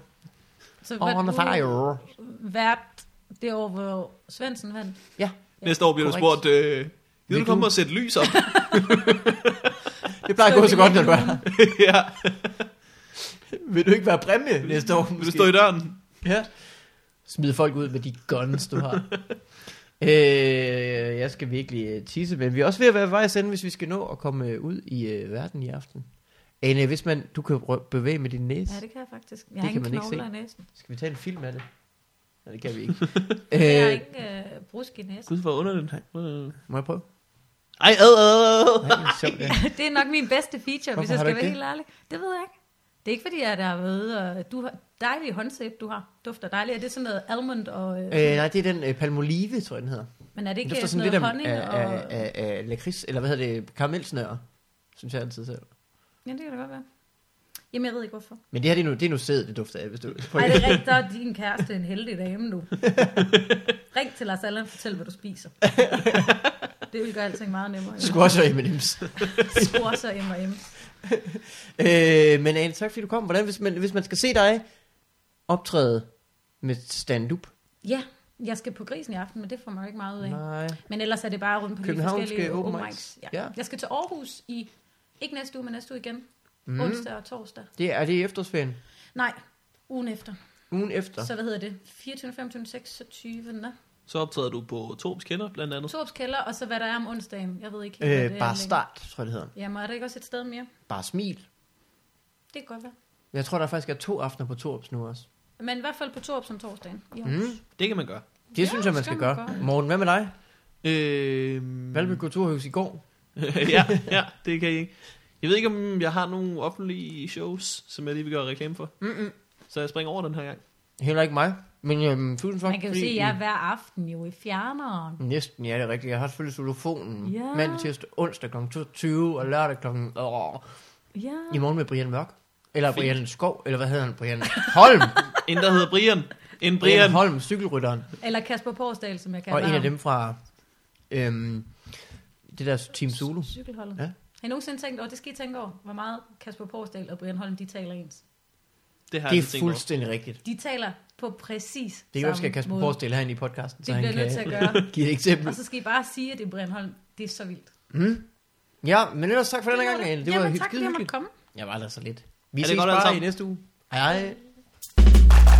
Speaker 3: Så var
Speaker 1: On
Speaker 3: du
Speaker 1: fire.
Speaker 3: vært det år, hvor Svendsen vandt.
Speaker 1: Ja,
Speaker 2: Næste år bliver
Speaker 1: Korrekt.
Speaker 2: du spurgt, øh, vil
Speaker 1: Vil
Speaker 2: du
Speaker 1: du-
Speaker 2: komme og sætte lys op?
Speaker 1: <laughs> det plejer at gå så godt, når du er her.
Speaker 2: ja,
Speaker 1: Vil du ikke være præmie næste år?
Speaker 2: vil du
Speaker 1: Måske?
Speaker 2: stå i døren?
Speaker 1: Ja. Smid folk ud med de guns, du har. øh, jeg skal virkelig øh, tisse, men vi er også ved at være ved vejs ende, hvis vi skal nå at komme øh, ud i øh, verden i aften. Ane, hvis man, du kan rø- bevæge med din næse, ja,
Speaker 3: Ja,
Speaker 1: det...
Speaker 3: det kan jeg faktisk.
Speaker 1: Det
Speaker 3: Jeg har
Speaker 1: kan
Speaker 3: ingen
Speaker 1: man ikke
Speaker 3: knogler
Speaker 1: se.
Speaker 3: i næsen.
Speaker 1: skal vi tage en film af det? Nej, det kan vi ikke.
Speaker 3: Jeg har
Speaker 1: øh,
Speaker 3: ikke øh, brusk i næsen.
Speaker 2: Gud, hvor under den.
Speaker 1: må jeg prøve?
Speaker 2: Øh. Ej, ad, ad, ad.
Speaker 1: Nej, det er
Speaker 3: <laughs>
Speaker 1: sjovt, ja.
Speaker 3: det er nok min bedste feature,
Speaker 1: Hvorfor
Speaker 3: hvis jeg
Speaker 1: har du
Speaker 3: skal
Speaker 1: ikke
Speaker 3: være
Speaker 1: det?
Speaker 3: helt ærlig. Det ved jeg ikke. Det er ikke fordi, jeg der har været... Øh, du har dejlige håndsæb, du har. Dufter dejligt. Er det sådan noget almond og... Øh,
Speaker 1: Øh, nej, det er den øh, palmolive, tror jeg, den hedder.
Speaker 3: Men er det
Speaker 1: Den
Speaker 3: ikke
Speaker 1: dufter
Speaker 3: sådan,
Speaker 1: sådan
Speaker 3: sådan
Speaker 1: lidt
Speaker 3: noget
Speaker 1: af,
Speaker 3: honning
Speaker 1: af,
Speaker 3: og...
Speaker 1: af, af, af lakrids, eller hvad hedder det, karamelsnør, synes jeg altid selv.
Speaker 3: Ja, det kan det godt være. Jamen, jeg ved ikke hvorfor.
Speaker 1: Men det her, det er nu, det er nu sæd, det dufter af, hvis du...
Speaker 3: Ej, det er rigtigt, der er din kæreste en heldig dame nu. Ring til Lars Allan, fortæl, hvad du
Speaker 1: <laughs>
Speaker 3: spiser. Det vil gøre alting meget
Speaker 1: <laughs>
Speaker 3: nemmere.
Speaker 1: Squash og M&M's.
Speaker 3: Skor så M&M.
Speaker 1: Øh, men Anne, tak fordi du kom. Hvordan, hvis, man, hvis man skal se dig optræde med stand-up?
Speaker 3: Ja, jeg skal på grisen i aften, men det får man jo ikke meget ud af.
Speaker 1: Nej.
Speaker 3: Men ellers er det bare rundt på de
Speaker 1: Københavnske
Speaker 3: forskellige
Speaker 1: open
Speaker 3: open
Speaker 1: mics.
Speaker 3: mics. Ja.
Speaker 1: Ja. Mhm.
Speaker 3: Jeg skal til Aarhus i, ikke næste uge, men næste uge igen. Mm. Onsdag og torsdag.
Speaker 1: Det er, er det i efterårsferien?
Speaker 3: Nej, ugen efter.
Speaker 1: Ugen efter?
Speaker 3: Så hvad hedder det? 24, 25, 26.
Speaker 2: Så optræder du på Torps Kælder, blandt andet.
Speaker 3: Torps kælder, og så hvad der er om onsdagen. Jeg ved ikke helt, hvad
Speaker 1: øh,
Speaker 3: det
Speaker 1: bare
Speaker 3: er.
Speaker 1: start, tror jeg, det hedder.
Speaker 3: Jamen, er der ikke også et sted mere?
Speaker 1: Bare smil.
Speaker 3: Det kan godt være.
Speaker 1: Jeg tror, der faktisk er to aftener på Torps nu også.
Speaker 3: Men i hvert fald på Torps om torsdagen. Jo.
Speaker 1: Mm.
Speaker 2: Det kan man gøre.
Speaker 1: Det synes jeg, man skal,
Speaker 3: skal
Speaker 1: gøre.
Speaker 3: man
Speaker 1: Morgen, hvad med dig?
Speaker 2: Øh,
Speaker 1: Valby Kulturhus i går.
Speaker 2: <laughs> ja, ja, det kan jeg ikke. Jeg ved ikke, om jeg har nogle offentlige shows, som jeg lige vil gøre reklame for. Mm-mm. Så jeg springer over den her gang.
Speaker 1: Heller ikke mig. Men øhm, tusind tak.
Speaker 3: Man kan jo
Speaker 1: fordi
Speaker 3: se
Speaker 1: I-
Speaker 3: jer hver aften jo i fjerneren.
Speaker 1: Næsten, ja, det er rigtigt. Jeg har selvfølgelig solofonen
Speaker 3: Ja.
Speaker 1: mandag, tirsdag, onsdag kl. 22 og lørdag kl. Åh,
Speaker 3: Ja.
Speaker 1: i morgen med Brian Mørk. Eller Brian Skov, eller hvad hedder han? Brian
Speaker 2: <laughs>
Speaker 1: Holm.
Speaker 2: En, der hedder Brian.
Speaker 1: Brian
Speaker 2: En Brian.
Speaker 1: Holm, cykelrytteren,
Speaker 3: Eller Kasper Porsdal, som jeg
Speaker 1: ja,
Speaker 3: kalder
Speaker 1: og en af
Speaker 3: ham.
Speaker 1: dem fra øhm, det der Team Zulu.
Speaker 3: Cykelholdet.
Speaker 1: Ja.
Speaker 3: Har I nogensinde tænkt over, det skal I tænke over, hvor meget Kasper Porsdal og Brian Holm, de taler ens?
Speaker 2: Det har
Speaker 1: Det
Speaker 2: jeg
Speaker 1: er fuldstændig rigtigt.
Speaker 3: De taler på præcis
Speaker 1: Det kan
Speaker 3: samme
Speaker 1: jo skal Kasper
Speaker 3: måde.
Speaker 1: Porsdal herinde i podcasten, så
Speaker 3: Det bliver
Speaker 1: han
Speaker 3: jeg nødt
Speaker 1: <laughs>
Speaker 3: til at
Speaker 1: kan
Speaker 3: gøre. Altså-
Speaker 1: give et eksempel.
Speaker 3: Og så skal I bare sige, at det er Brian Holm. Det er så vildt.
Speaker 1: Mm. Ja, men ellers tak for den her gang,
Speaker 3: var
Speaker 1: Anne. Det var
Speaker 3: Jamen,
Speaker 1: hyggeligt.
Speaker 3: tak, fordi jeg måtte komme.
Speaker 1: Jeg var der så lidt. Vi
Speaker 2: det
Speaker 1: ses
Speaker 2: godt, alle
Speaker 1: bare i
Speaker 2: sammen?
Speaker 1: næste uge. Hej.